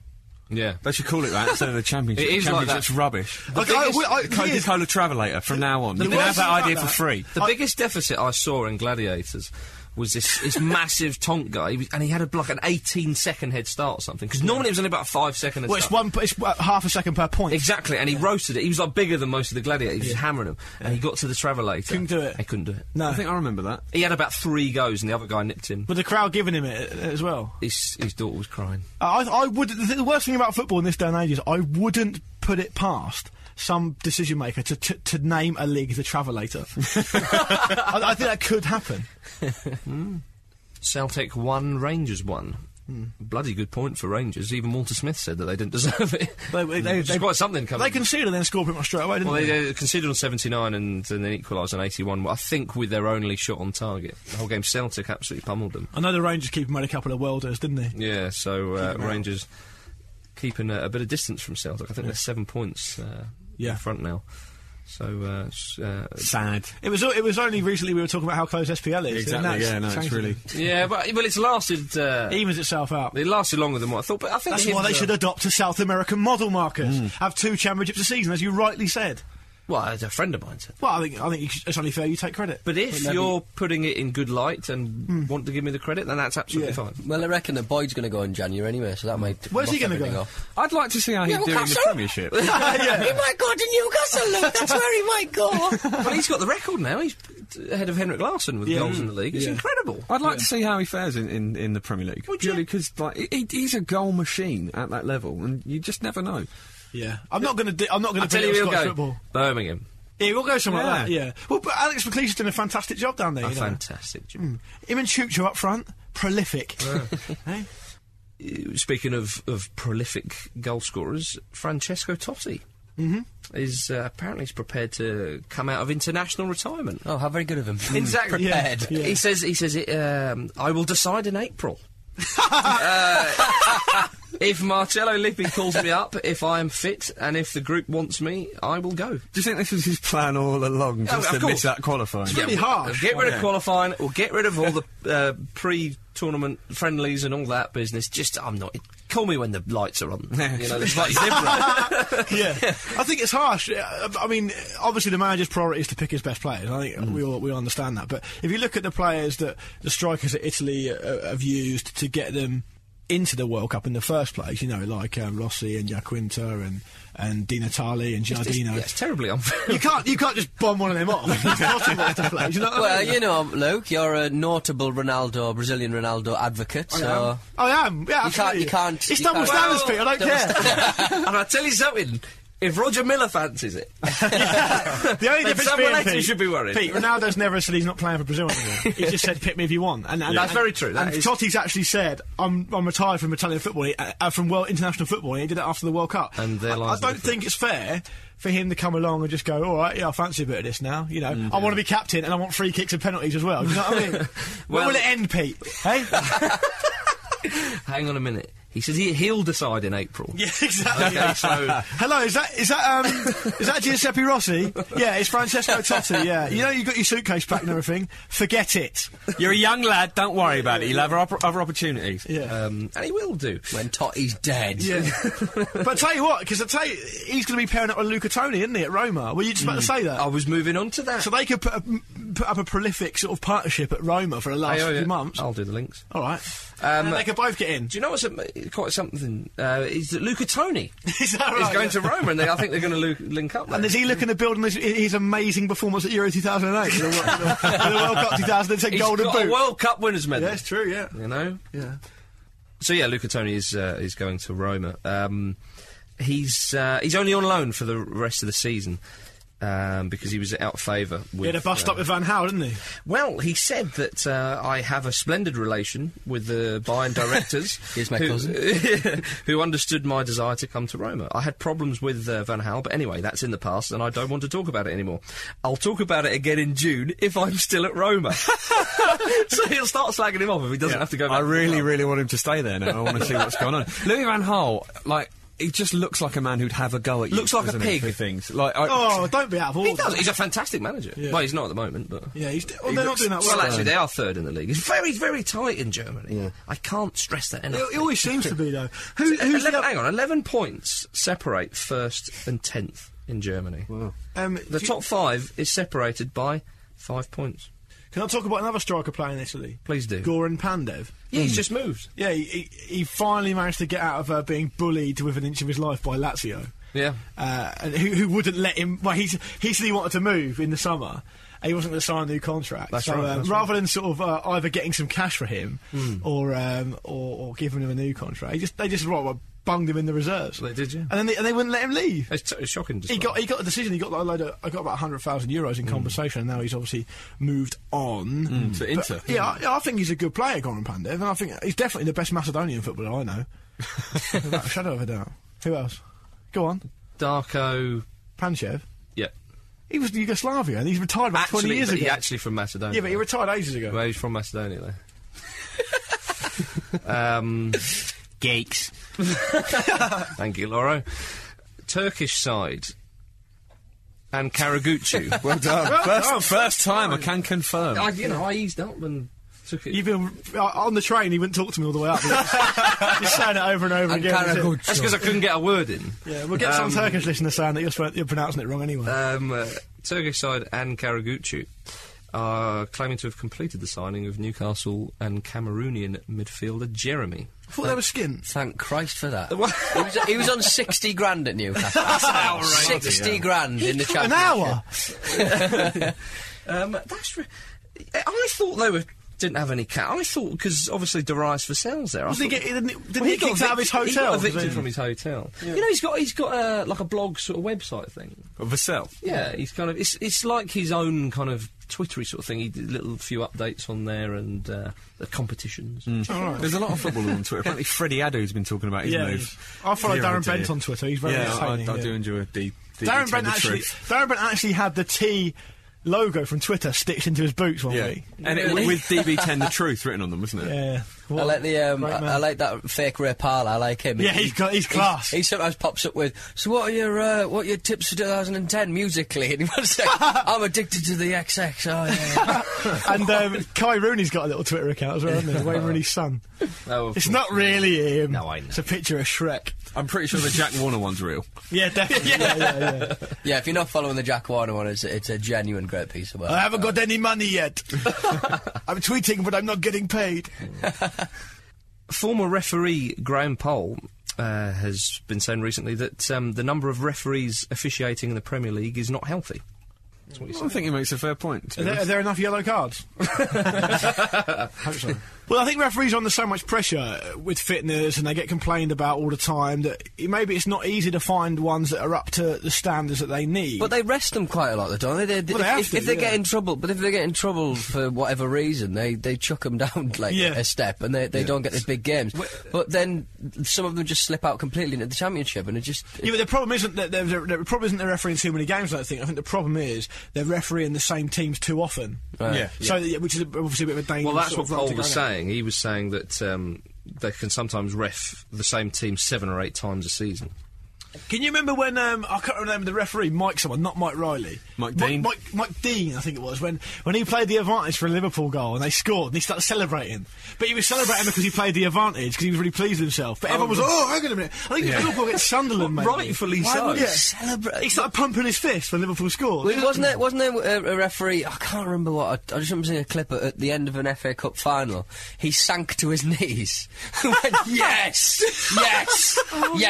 Yeah. They should call it that instead of the championship. *laughs* It is like Championship's that. rubbish. The Okay, I- biggest- we- I- the Coca here's- Cola Travelator from now on. You can worst have thing that about idea for that- free. The biggest deficit I saw in Gladiators was *laughs* this, this massive Tonk guy, He was- and he had a, like an 18 second head start or something. Because normally it was only about a five second head Well, it's start. one. p- It's uh, half a second per point. Exactly, and he roasted it. He was like bigger than most of the gladiators. He was hammering them, and he got to the Travelator. Couldn't do it. He couldn't do it. No, I think I remember that. He had about three goes, and the other guy nipped him. but the crowd giving him it uh, as well. His, his daughter was crying. I, I would. The, th- the worst thing about football in this day and age is I wouldn't put it past some decision maker to, to, to name a league the Travelator. I, I think that could happen. Celtic won, Rangers won. Hmm. Bloody good point for Rangers. Even Walter Smith said that they didn't *laughs* deserve it. They, they, they, Which is they, quite something coming. they conceded and then scored pretty much straight away, didn't well, they? they, uh conceded on 79 and, and then equalised on 81. I think with their only shot on target. The whole game, Celtic absolutely pummeled them. I know the Rangers keeper made a couple of welders, didn't they? Yeah, so uh, Rangers keeping a, a bit of distance from Celtic. I think they're seven points uh, Yeah. in front now. So uh, s- uh, Sad. It was o- it was only recently we were talking about how close SPL is. and Exactly. that's Yeah, no, it's changed really. it. *laughs* yeah, but well, it's It lasted. Uh, evens itself out. it lasted longer than what I thought. But I think That's it why they was, uh, should adopt a South American model, Marcus. Have two championships a season, as you rightly said. Well, a friend of mine said. Well, I think I think you sh- it's only fair you take credit. But if you're putting it in good light and want to give me the credit, then that's absolutely Yeah. fine. Well, I reckon that Boyd's going to go in January anyway, so that might. Where's he muck gonna go? everything up. I'd like to see how he'd do in the Newcastle? *laughs* Premiership. *laughs* He might go to Newcastle, Luke. That's where he might go. *laughs* well, he's got the record now. He's ahead of Henrik Larsson with Yeah. goals in the league. It's Yeah. incredible. I'd like to see how he fares in, in, in the Premier League. Would purely you? because like he- he, he's a goal machine at that level, and you just never know. Yeah, I'm not going to. I'm not going I to tell tell you, you he'll Scottish go football. Birmingham. Yeah, we'll go somewhere like that. Yeah. Yeah. Oh, Well, but Alex McLeish done a fantastic job down there. A You know? Hmm. fantastic job. Him and Chucho up front, prolific. *laughs* Eh? Uh, speaking of, of prolific goal scorers, Francesco Totti Mm-hmm. is uh, apparently is prepared to come out of international retirement. Oh, how very good of him. *laughs* Exactly. Prepared. Yeah. He says. He says. Um, I will decide *laughs* in April. Uh, if Marcello Lippi calls me up, if I am fit, and if the group wants me, I will go. Do you think this was his plan all along, just of to course. miss that qualifying? really Yeah, we'll- harsh. Get rid of qualifying. We'll get rid of all *laughs* the uh, pre-tournament friendlies and all that business. Just, I'm not. Call me when the lights are *laughs* on. you know, it's like zebra. yeah, I think it's harsh. Uh, I mean, obviously the manager's priority is to pick his best players. I think we all we all understand that. But if you look at the players that the strikers at Italy uh, have used to get them into the World Cup in the first place, you know, like um, Rossi and Iaquinta and and Di Natale and It's, Giardino. yeah, it's terribly unfair. *laughs* You can't you can't just bomb one of them off. It's impossible to play. Do You know what I Well, mean? you know, Luke, you're a notable Ronaldo, Brazilian Ronaldo advocate. so I am. Yeah, You can't- you absolutely. can't- It's you double can't- standards, Well, Pete. I don't double care. *laughs* and I tell you something. If Roger Miller fancies it, *laughs* The only Then difference someone being, else who Pete, should be worried. Pete, Ronaldo's never said he's not playing for Brazil *laughs* anymore. he just said, "Pick me if you want." And, and That's very true. That and is- Totti's actually said, "I'm I'm retired from Italian football, uh, uh, from world international football." And he did it after the World Cup. And there I, I lies the don't think it's fair for him to come along and just go, "All right, yeah, I fancy a bit of this now." You know, Mm. I want to be captain and I want free kicks and penalties as well. Do you know what *laughs* I mean? Well- When will it end, Pete? Hey, hang on a minute. He says he, he'll decide in April. *laughs* yeah, exactly. Okay, so Hello, is that is that um, is that Giuseppe Rossi? Yeah, it's Francesco Totti. Yeah, you know you got your suitcase back and everything. Forget it. *laughs* You're a young lad, don't worry about it. You'll have opp- other opportunities. Yeah. um, and he will do. when Totti's dead. Yeah. *laughs* but I tell you what, because I tell you, he's going to be pairing up with Luca Toni, isn't he, at Roma? Were you just about Hmm. to say that? I was moving on to that. So they could put, a, put up a prolific sort of partnership at Roma for the last Hey, oh, few yeah, months. I'll do the links. All right. Um, and they could both get in. Do you know what's a, quite something? Uh, is that Luca Toni *laughs* Is that is right? going to Roma, and they, I think *laughs* they're going to lu- link up. And is he looking to build on his, his amazing performance at Euro 2008? the, World- the World *laughs* Cup 2010 He's Golden got Boot. a World Cup winners medal. yeah, it's true, yeah. You know. Yeah. So yeah, Luca Toni is uh, is going to Roma. Um, he's uh, he's only on loan for the rest of the season. um, because he was out of favour. He with, had a bus uh, stop with Van Hal, didn't *laughs* he? well, he said that uh, I have a splendid relation with the *laughs* Bayern directors. Here's my who, cousin. *laughs* who understood my desire to come to Roma. I had problems with uh, Van Hal, but anyway, that's in the past, and I don't want to talk about it anymore. I'll talk about it again in June if I'm still *laughs* at Roma. *laughs* so he'll start slagging him off if he doesn't have to go. Back I to the really, club. really want him to stay there now. I want to see what's going on. *laughs* Louis Van Gaal, like, he just looks like a man who'd have a go at you. Looks like a doesn't he, pig. for Things like, I, Oh, don't be out of order. He does. He's a fantastic manager. Yeah. Well, he's not at the moment, but. Yeah, he's, well, they're not doing that well. Well, actually, they are third in the league. It's very, very tight in Germany. I can't stress that enough. it, it always seems to be though. Who, who's 11, the, hang on, 11 points separate first and 10th in Germany. um, do The you- top five is separated by five points. Can I talk about another striker playing in Italy? Please do. Goran Pandev. Yeah, he's just moved. Yeah, he, he, he finally managed to get out of uh, being bullied with an inch of his life by Lazio. Yeah. Uh, and who, who wouldn't let him? Well, he, he said he wanted to move in the summer. and He wasn't going to sign a new contract. That's so right, Hmm. uh, that's rather than sort of uh, either getting some cash for him or, um, or or giving him a new contract, he just they just right, well, bunged him in the reserves. They did, yeah. and then they, and they wouldn't let him leave. It's, t- it's shocking. to He say. got he got a decision. He got a load of, I got about hundred thousand euros Hmm. in compensation, and now he's obviously moved on to Inter. But, yeah, I, I think he's a good player, Goran Pandev, and I think he's definitely the best Macedonian footballer I *laughs* know, without a shadow of a doubt. Who else? Go on, Darko. Panchev. Yeah. He was Yugoslavia, and he's retired about twenty Actually, years but ago. he actually from Macedonia. yeah, but he retired ages ago. Well, he's from Macedonia, though. um, Geeks. *laughs* thank you, Loro. Turkish side. And Karaguchi. Well done. first, done. first time I can confirm. I, you know, I eased up and took it. You've been uh, on the train. He wouldn't talk to me all the way up. He was- Just saying it over and over And again. Kara Is it- That's because I couldn't get a word in. Yeah, we'll get some Um, Turkish listener saying that you're, sp- you're pronouncing it wrong anyway. Um, uh, Turkish side and Karaguchi are claiming to have completed the signing of Newcastle and Cameroonian midfielder Jeremy. I thought they were skint. Thank Christ *laughs* for that. he, What? was, he was on 60 grand at Newcastle. 60 grand in the An championship. hour. Um, that's. Re- I- I thought they were. Didn't have any cat. I thought because obviously Darius Vassell's there. I Wasn't he thought- get, didn't he, didn't Well, he get kicked out of his evic- hotel? He got was evicted he? from his hotel. You know, he's got he's got uh, like a blog sort of website thing. *laughs* Vassell. Yeah, he's kind of it's it's like his own kind of twittery sort of thing. He did little few updates on there and uh, the competitions. There's *laughs* a lot of footballers on Twitter. Apparently, Freddie Adu's been talking about his Yeah, move. I follow Zero Darren idea. Bent on Twitter. He's very Yeah, I, I entertaining. yeah. do enjoy the, the Darren Bent the actually, truth. Darren Bent actually had the T logo from Twitter stitched into his boots one Yeah, week. and it, *laughs* with DB10, the truth written on them, wasn't it? Yeah, what I a like the um, great man. I, I like that fake Ray Parler. I like him. Yeah, he's got- he's class. He, sometimes pops up with, "So what are your uh, what are your tips for 2010 musically?" *laughs* And he wants to say, "I'm addicted to the XX." *laughs* Oh yeah. and *laughs* um, Kai Rooney's got a little Twitter account as well, hasn't he? Wayne Rooney's son. *laughs* Oh, of It's course. not really him. No, I know. It's a picture of Shrek. I'm pretty sure the Jack Warner one's real. Yeah, definitely. yeah, yeah, yeah. yeah. yeah. If you're not following the Jack Warner one, it's, it's a genuine great piece of *laughs* work. I haven't got any money *laughs* yet. I'm tweeting, but I'm not getting paid. Former referee Graham Pole uh, has been saying recently that um, the number of referees officiating in the Premier League is not healthy. That's what he I said. think he makes a fair point. to Are be there, are honest. there enough yellow *laughs* cards? Hope so. Well, I think referees are under so much pressure uh, with fitness, and they get complained about all the time that it- maybe it's not easy to find ones that are up to the standards that they need. But they rest them quite a lot, though, don't they? They- they- Well, they if, have if- to, if they get yeah. in trouble, but if they get in trouble for whatever reason, they, they chuck them down *laughs* like Yeah. a step, and they, they don't get the big games. But then some of them just slip out completely into the championship, and it just yeah, but the problem isn't that they're, they're- the problem isn't they're refereeing too many games. I don't think. I think the problem is they're refereeing the same teams too often. yeah. So, yeah, which is a- obviously a bit of a danger. Well, that's sort what of role Pole to was go down. saying. He was saying that um, they can sometimes ref the same team seven or eight times a season. Can you remember when um, I can't remember the referee, Mike someone, not Mike Riley, Mike Mi- Dean. Mike, Mike Dean, I think it was when when he played the advantage for a Liverpool goal and they scored and he started celebrating, but he was celebrating because he played the advantage because he was really pleased with himself. But everyone was like, oh, hang on a minute, I think it was Liverpool against Sunderland, mate. rightfully so. Celebrate. He started pumping his fist when Liverpool scored. Well, wasn't there, wasn't there a, a referee? I can't remember what. I, I just remember seeing a clip at, at the end of an FA Cup final. *laughs* He *laughs* Oh, sank to his knees. and went, yes, yes,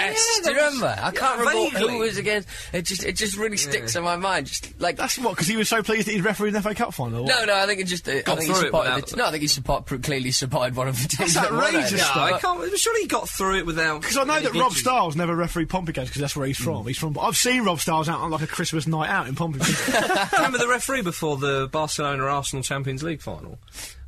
yes. Do you remember? I can't remember who vaguely. it was against. It just it just really sticks in my mind. Just like That's what, because he was so pleased that he'd refereed an FA Cup final. no, no. I think it just uh, I Got think he through it supported. without- the t- no, I think he support, pr- clearly supported one of the teams. That's that won it. outrageous Yeah, No, stuff. I but- can't. Surely he got through it *laughs* without. Because I know any that Rob glitches. Stiles never refereed Pompey games because that's where he's Hmm. from. He's from. I've seen Rob Stiles out on like a Christmas night out in *laughs* Pompey. Remember the referee before the Barcelona Arsenal Champions League final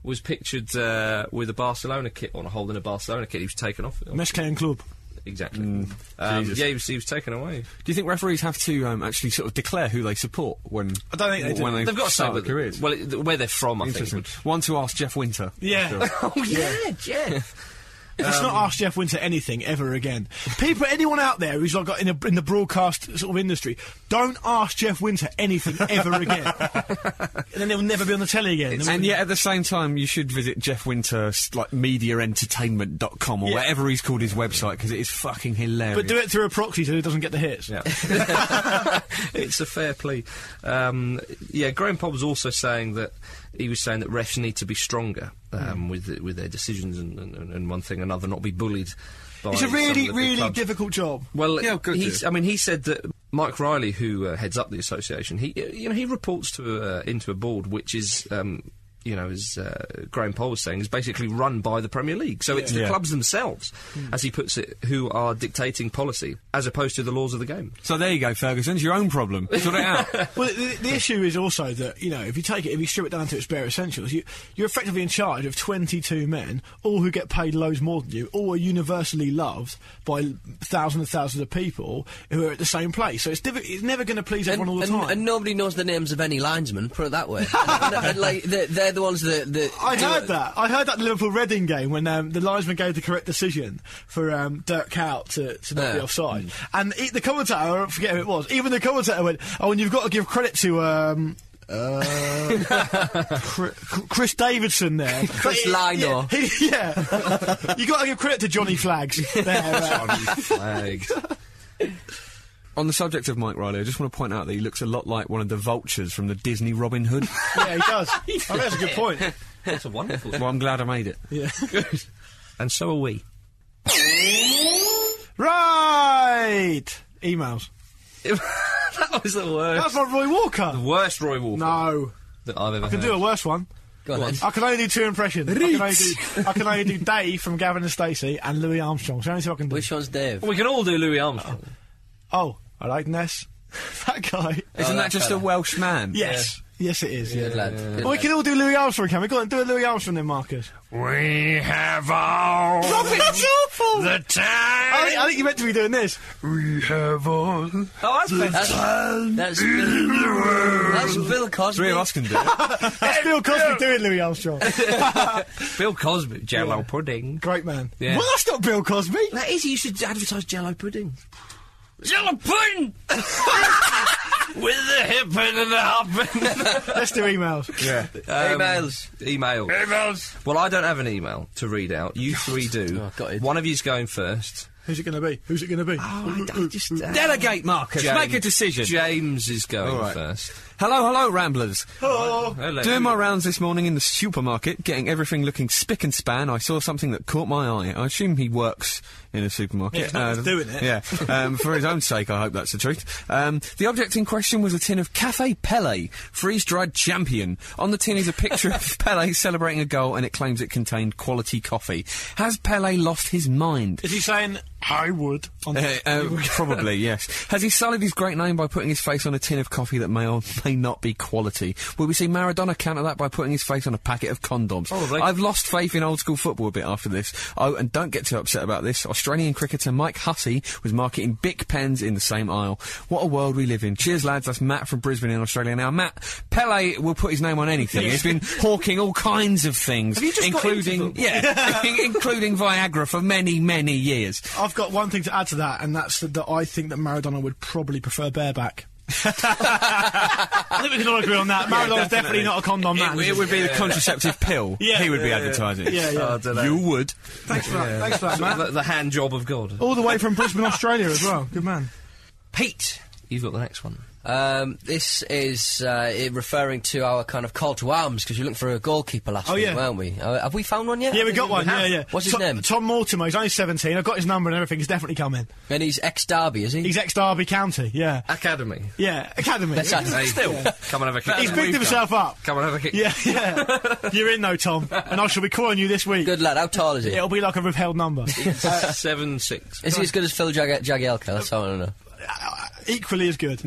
was pictured uh, with a Barcelona kit on, holding a Barcelona kit. He was taken off. Mescan Club. Exactly. um, Jesus. yeah, he was, he was taken away. Do you think referees have to um, actually sort of declare who they support when I don't think they do. when they They've got to say start where, their careers? well, it, where they're from. I think. Interesting. One to ask Jeff Winter. I'm Yeah. sure. *laughs* Oh yeah, Jeff. Let's not Um, ask Jeff Winter anything ever again. People, anyone out there who's like got in, a, in the broadcast sort of industry, don't ask Jeff Winter anything ever *laughs* again. and then he'll never be on the telly again. I mean, And yet, at the same time, you should visit Jeff Winter's like mediaentertainment.com or Yeah. whatever he's called his website because it is fucking hilarious. but do it through a proxy so he doesn't get the hits. Yeah. *laughs* it's a fair plea. Um, yeah, Graham Pobb was also saying that he was saying that refs need to be stronger Hmm. um, with the- with their decisions and, and, and one thing and another, not be bullied. By It's a some of the really, big really clubs. difficult job. Well, Yeah, good he's, to. I mean, he said that Mike Riley, who uh, heads up the association, he you know he reports to uh, into a board which is. Um, you know, as uh, Graham Paul was saying, is basically run by the Premier League. So it's the Yeah. clubs themselves, as he puts it, who are dictating policy as opposed to the laws of the *laughs* game. so there you go, Ferguson. It's your own problem. Sort *laughs* it out. Well, the, the issue is also that you know if you take it, if you strip it down to its bare essentials, you, you're effectively in charge of 22 men, all who get paid loads more than you, all are universally loved by thousands and thousands of people who are at the same place. So it's diff- it's never going to please And, everyone all the and- time. and nobody knows the names of any linesmen. Put it *laughs* that way. And- and, like they're, they're the ones that. that I do heard it. that. I heard that Liverpool Reading game when um, the linesman gave the correct decision for um, Dirk Cow to, to not be Yeah. offside. And he, the commentator, I forget who it was, even the commentator went, oh, and you've got to give credit to. Um, *laughs* uh, Chri- Chris Davidson there. *laughs* Chris But it- Lynor. Yeah. he- *laughs* yeah. you got to give credit to Johnny *laughs* Flags there. uh, Flagged. On the subject of Mike Riley, I just want to point out that he looks a lot like one of the vultures from the Disney *laughs* Robin Hood. yeah, he *laughs* does. I think that's a good point. That's a wonderful. well, I'm glad I made it. Yeah. and so are we. Right. Emails. *laughs* that was the That's worst. not Roy Walker. Worst Roy Walker No. that I've ever I can heard. do a worse one. Go on then. I can only do two impressions. I can, only do, I can only *laughs* do Dave from Gavin and Stacey and Louis Armstrong. So only two I can do. Which one's Dave? we can all do Louis Armstrong. Oh, I like Ness. *laughs* that guy. Isn't that Oh, that just fella. a Welsh man? Yes. Yes, it is. Good lad. Good Well, we lad. can all do Louis Armstrong, can we? Go on, do a Louis Armstrong then, Marcus. We have all Stop it, that's awful! the I time. think, I think you meant to be doing this. We have all Oh, that's That's, *laughs* that's, Bill, that's Bill Cosby. Three of us can do *laughs* it. That's Bill Cosby doing Louis *laughs* Armstrong. Bill Cosby. Jello pudding. Great man. Yeah. Well, that's not Bill Cosby. *laughs* That is, you should advertise Jello pudding. jello pudding with the hip and the hop. Let's do emails. yeah. Emails. Email. Emails. Um, Well, I don't have an email to read out. You three do. Oh, got it. One of you's going first. Who's it going to be? Who's it going to be? I, I just, uh, Delegate, Marcus. James- Make a decision. James is going All right. first. hello, hello, Ramblers. Oh. Hello. Doing *laughs* my rounds this morning in the supermarket, getting everything looking spick and span, I saw something that caught my eye. I assume he works in a Yeah, supermarket. he's not just doing it. Yeah, um, for his own sake, I hope that's the truth. Um, the object in question was a tin of Cafe Pele, freeze-dried champion. On the tin is a picture *laughs* of Pele celebrating a goal, and it claims it contained quality coffee. Has Pele lost his mind? Is he saying, I would? On *laughs* Uh, um, uh, probably yes. Has he sullied his great name by putting his face on a tin of coffee that may or may not be quality? Will we see Maradona counter that by putting his face on a packet of condoms? Probably. I've lost faith in old school football a bit after this. Oh, and don't get too upset about this. Australian cricketer Mike Hussey was marketing Bic pens in the same aisle. What a world we live in! Cheers, lads. That's Matt from Brisbane in Australia. Now, Matt Pele will put his name on anything. *laughs* He's been hawking all kinds of things, you just got into including yeah, *laughs* including Viagra for many, many years. I've got one thing to add to that, and that's that, that I think that Maradona would probably prefer bareback. I think we can all agree on that. Maradona's definitely. not a condom man. It, it would be the contraceptive pill. *laughs* Yeah. he would be Yeah, advertising. yeah, yeah. Oh, I dunno. You would. Thanks for that. Thanks for that, the, Matt. the hand job of God. All the way from Brisbane, Australia, as well. Good man. Pete, you've got the next one. Um, this is uh, it referring to our kind of call to arms because you looked for a goalkeeper last Oh, week, yeah. weren't we? Uh, have we found one yet? Yeah, I we think got one. Yeah, have. yeah. What's his Tom- name? Tom Mortimer. He's only 17. I've got his number and everything. He's definitely coming. and he's ex Derby, is he? He's ex Derby County. Yeah. Academy. Yeah. Academy. That's Yeah. right. Still. Come and have a kick. He's bigged himself up. Come and have a kick. Yeah, yeah. You're in though, Tom. And I shall be calling you this week. Good lad. How tall is he? It'll be like a withheld number. Uh, Seven six. Is he as good as Phil Jag- Jagielka? That's all I want to know. Equally as good.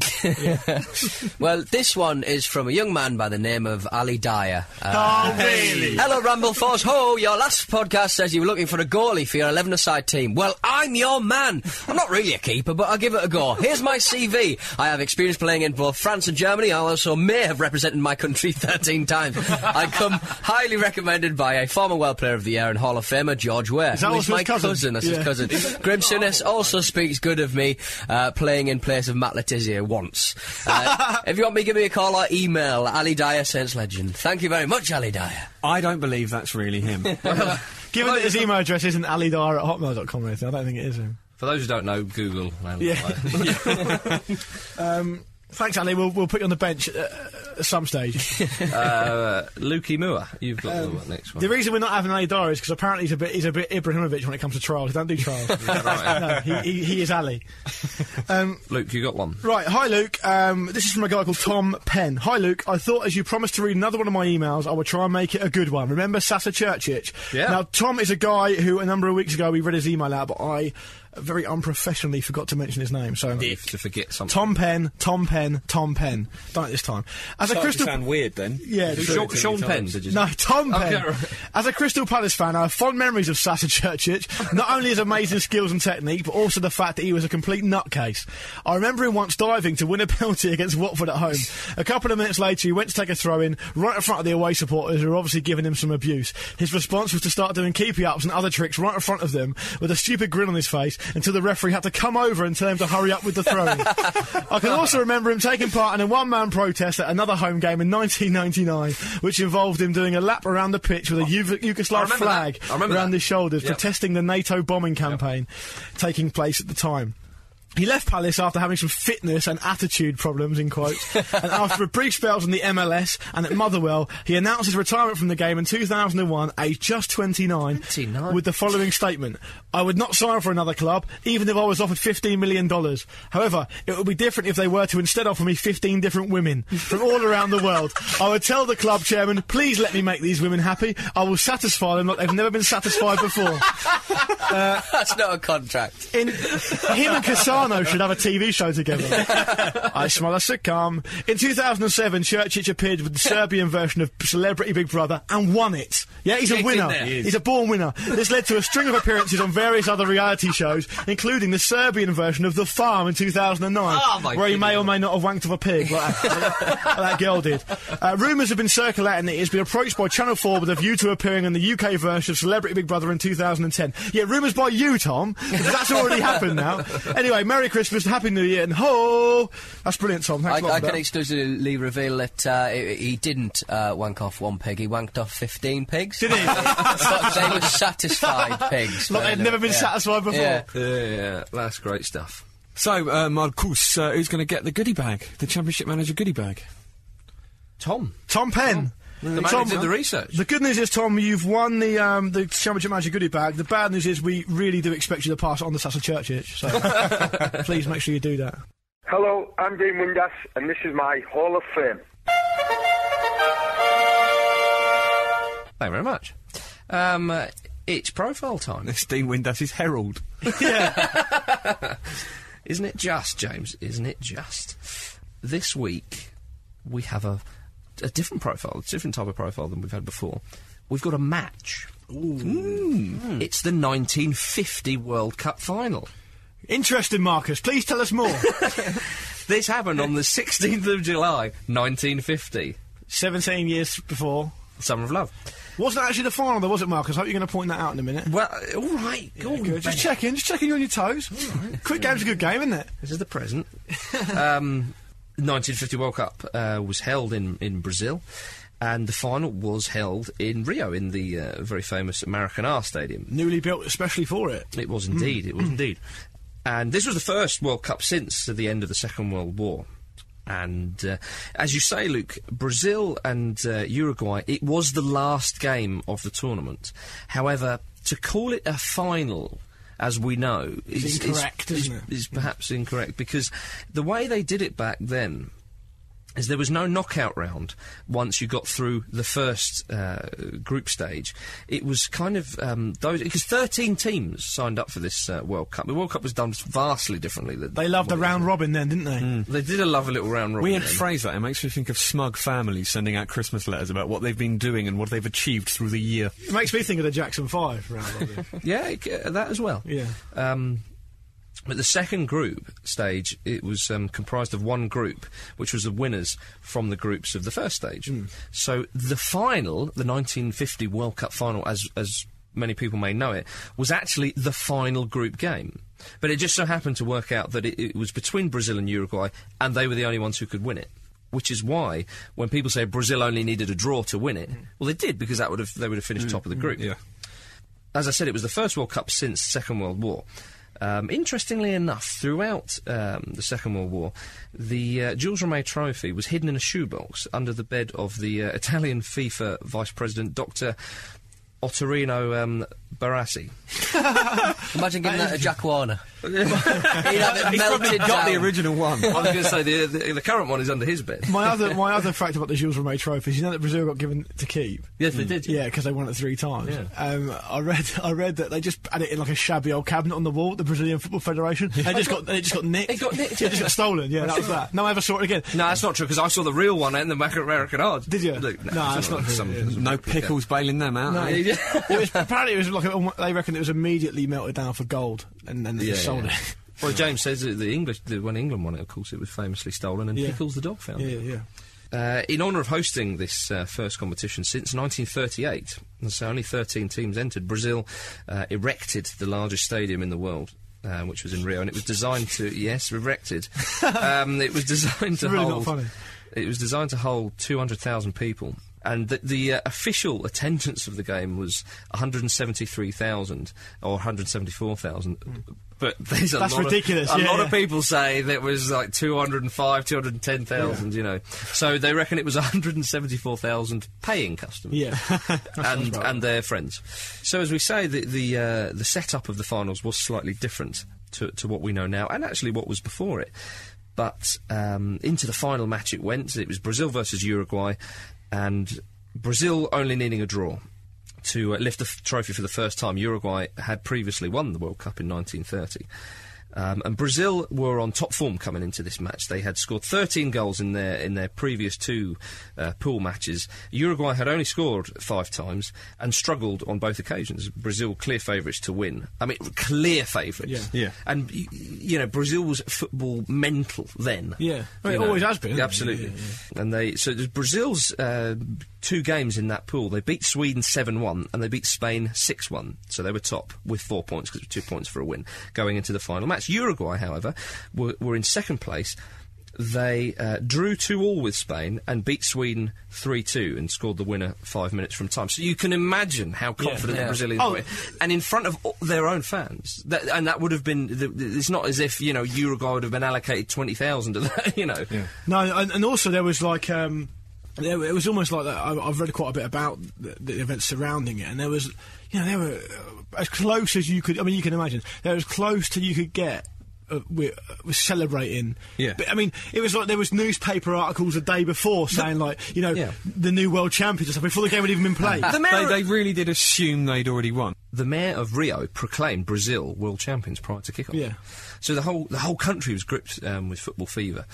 Well, this one is from a young man by the name of Ali Dyer. Uh, oh, really? Hello, Ramble Force. Ho, your last podcast says you were looking for a goalie for your 11 side team. Well, I'm your man. I'm not really a keeper, but I'll give it a go. Here's my CV. I have experience playing in both France and Germany. I also may have represented my country *laughs* 13 times. I come highly recommended by a former World Player of the Year and Hall of Famer, George Ware. that who also my his cousin? That's Yeah. *laughs* his cousin. Graham Souness also speaks good of me uh, playing in place of Matt Letizia once. *laughs* Uh, if you want me, give me a call or email Ali Dyer, Saints Legend. Thank you very much, Ali Dyer. I don't believe that's *laughs* really him. Given that his email address isn't alidar at hotmail.com or anything, I don't think it is him. For those who don't know, Google. and- Yeah. um, thanks, Ali. We'll, we'll put you on the bench uh, at some stage. uh, Lukey Moore. You've got the next one. the reason we're not having Alidar is because apparently he's a bit he's a bit Ibrahimovic when it comes to trials. Don't do trials. right. *laughs* no, he, he, he is Ali. Um, Luke, you got one. Right, hi Luke. Um, this is from a guy called Tom Penn. Hi Luke, I thought as you promised to read another one of my emails, I would try and make it a good one. Remember Sasa Churchich? Yeah. Now, Tom is a guy who a number of weeks ago we read his email out, but I very unprofessionally forgot to mention his name. So, If to forget something. Tom Penn, Tom Penn, Tom Penn. Done it this time. As a crystal. weird then. yeah, Who, true. Sean, Sean Penn, did you say? No, Tom Okay, Penn. right. As a Crystal Palace fan, I have fond memories of Sasa Churchich, not only his amazing skills and technique, but also the fact that he was a complete nutcase. I remember him once diving to win a penalty *laughs* against Watford at home. A couple of minutes later, he went to take a throw in right in front of the away supporters, who were obviously giving him some abuse. His response was to start doing keepy ups and other tricks right in front of them with a stupid grin on his face until the referee had to come over and tell him to hurry up with the *laughs* throw in. I can also remember him taking part in a one man protest at another home game in 1999, which involved him doing a lap around the pitch with a Yuv- Oh, I Yugoslav remember flag that. I around remember that. his shoulders, Yep. protesting the NATO bombing campaign taking place at the time. He left Palace after having some fitness and attitude problems, in quotes, and after a brief spell in the MLS and at Motherwell, he announced his retirement from the game in 2001, aged just 29, 29. with the following statement I would not sign for another club, even if I was offered $15 million. However, it would be different if they were to instead offer me 15 different women from all around the world. I would tell the club chairman, please let me make these women happy. I will satisfy them like they've never been satisfied before. That's not a contract. In, him and Cassano should have a TV show *laughs* together. I smell a sitcom. In 2007, Churchich appeared with the Serbian version of Celebrity Big Brother and won it. Yeah, he's a He's in winner. there. He He's a born winner. This led to a string of appearances on various other reality shows, including the Serbian version of The Farm in 2009, Oh, my where he may goodness. or may not have wanked of a pig, like, *laughs* like that girl did. Uh, rumours have been circulating that he has been approached by Channel 4 with a view to appearing in the UK version of Celebrity Big Brother in 2010. Yeah, rumours by you, Tom. because That's already happened now. Anyway, Merry Christmas, Happy New Year, and ho! That's brilliant, Tom. I, Thanks a lot I for can that. exclusively reveal that uh, he he didn't uh, wank off one pig. He wanked off 15 pigs. Did he? *laughs* but they *laughs* were satisfied pigs. Like they've Fair never been enough, yeah. satisfied before. Yeah. Yeah, yeah, that's great stuff. So, uh, Marcus, uh, who's going to get the goodie bag? The championship manager goodie bag? Tom, Tom Penn. the man who Tom- did the research. The good news is, Tom, you've won the um, the championship magic goodie bag. The bad news is, we really do expect you to pass on the Sasa Churchich. So *laughs* please make sure you do that. Hello, I'm Dean Windass, and this is my Hall of Fame. Thank you very much. Um, uh, it's profile time, It's Dean Windass's herald. isn't it? Just James, isn't it? Just this week we have a a different profile, a different type of profile than we've had before. We've got a match. Mm. It's the 1950 World Cup final. Interesting, Marcus. Please tell us *laughs* more. This happened on the 16th of July, 1950. 17 years before. Summer of Love. Wasn't actually the final, though, was it, Marcus? I hope you're going to point that out in a minute. Well, all right. go on, Good. Just Ben. checking, just checking you on your toes. Quick game's a good game, isn't it? This is the present. um, 1950 World Cup uh, was held in, in Brazil, and the final was held in Rio in the uh, very famous Maracanã Stadium. Newly built especially for it. It was Mm. indeed. It was indeed. And this was the first World Cup since the end of the Second World War. And uh, as you say, Luke, Brazil and uh, Uruguay, it was the last game of the tournament. However, to call it a final, as we know, is, incorrect, is, isn't is- it? is perhaps incorrect because the way they did it back then is there was no knockout round once you got through the first uh, group stage. It was kind of um, those because 13 teams signed up for this uh, World Cup. The World Cup was done vastly differently. than They loved the what it is round now. robin then, didn't they? They did a lovely little round robin. Weird then. phrase that. It makes me think of smug families sending out Christmas letters about what they've been doing and what they've achieved through the year. It makes me think of the Jackson Five round *laughs* robin. yeah, it, uh, that as well. Yeah. Um, but the second group stage, it was um, comprised of one group, which was the winners from the groups of the first stage. So the final, the 1950 World Cup final, as as many people may know it, was actually the final group game. But it just so happened to work out that it, it was between Brazil and Uruguay, and they were the only ones who could win it. Which is why, when people say Brazil only needed a draw to win it, well, they did because that would have they would have finished top of the group as I said, it was the first World Cup since Second World War. Um, interestingly enough, throughout um, the Second World War, the uh, Jules Rimet Trophy was hidden in a shoebox under the bed of the uh, Italian FIFA Vice President, Dr. Ottorino um, Barassi. Imagine giving that to *laughs* Jack Warner. *laughs* He'd have it melted Got the down. original one. *laughs* *laughs* I was going to say the, the, the current one is under his bed. my other my other fact about the Jules Rimet trophy is you know that Brazil got given to keep. Yes, they did. Yeah, because they won it three times. Um, I read, I read that they just had it in like a shabby old cabinet on the wall. at The Brazilian Football Federation. They just got, they just got nicked. It got nicked, Yeah, it just got stolen. Yeah, that was that. No, I ever saw it *laughs* again. No, that's not true because I saw the real one and the American Art. Did you? Look, no, No, it's that's not, not true, some- yeah. some No replicate. pickles bailing them out. eh? it was, apparently, it was like a, they reckon it was immediately melted down for gold, and then they Yeah, just sold yeah. it. Well, James says that the English, the, when England won it, of course, it was famously stolen, and Yeah. Pickles the dog found it. Yeah, yeah. Uh, in honour of hosting this uh, first competition since 1938, and so only 13 teams entered, Brazil uh, erected the largest stadium in the world. Uh, which was in Rio, and it was designed to *laughs* yes, erected. Um, it was designed to Really not hold. funny. It was designed to hold 200,000 people, and the, the uh, official attendance of the game was 173,000 or 174,000. But there's a Hmm. That's lot ridiculous, Of, a yeah, lot of yeah. people say that it was like 205, 210,000, you know. So they reckon it was 174,000 paying customers. Yeah. *laughs* and, and their friends. So, as we say, the the, uh, the setup of the finals was slightly different to, to what we know now, and actually what was before it. But um, into the final match it went. It was Brazil versus Uruguay, and Brazil only needing a draw to uh, lift the f- trophy for the first time. Uruguay had previously won the World Cup in 1930. Um, and Brazil were on top form coming into this match. They had scored 13 goals in their in their previous two uh, pool matches. Uruguay had only scored five times and struggled on both occasions. Brazil clear favourites to win. I mean, clear favourites. Yeah. Yeah. And y- you know, Brazil was football mental then. Yeah. Well, You it always has been. Absolutely. Yeah, Mm-hmm. And they so there's Brazil's uh, two games in that pool. They beat Sweden seven one, and they beat Spain six one. So they were top with four points because it was two points for a win going into the final match. Uruguay, however, were, were in second place. They uh, drew two all with Spain and beat Sweden three two and scored the winner five minutes from time. So you can imagine how confident the Yeah. Brazilians Oh. were, and in front of all their own fans. That, and that would have been. The, the- it's not as if you know Uruguay would have been allocated twenty thousand. *laughs* You know. No, and, and also there was like. Um, there, it was almost like that. I, I've read quite a bit about the, the events surrounding it, and there was, you know, they were uh, as close as you could. I mean, you can imagine they're as close to you could get. Uh, we're, we're celebrating. Yeah. but, I mean, it was like there was newspaper articles the day before saying like, you know, Yeah. the new world champions and stuff before the game had even been played. The They, mayor, they really did assume they'd already won. the mayor of Rio proclaimed Brazil world champions prior to kickoff. Yeah. So the whole the whole country was gripped um, with football fever,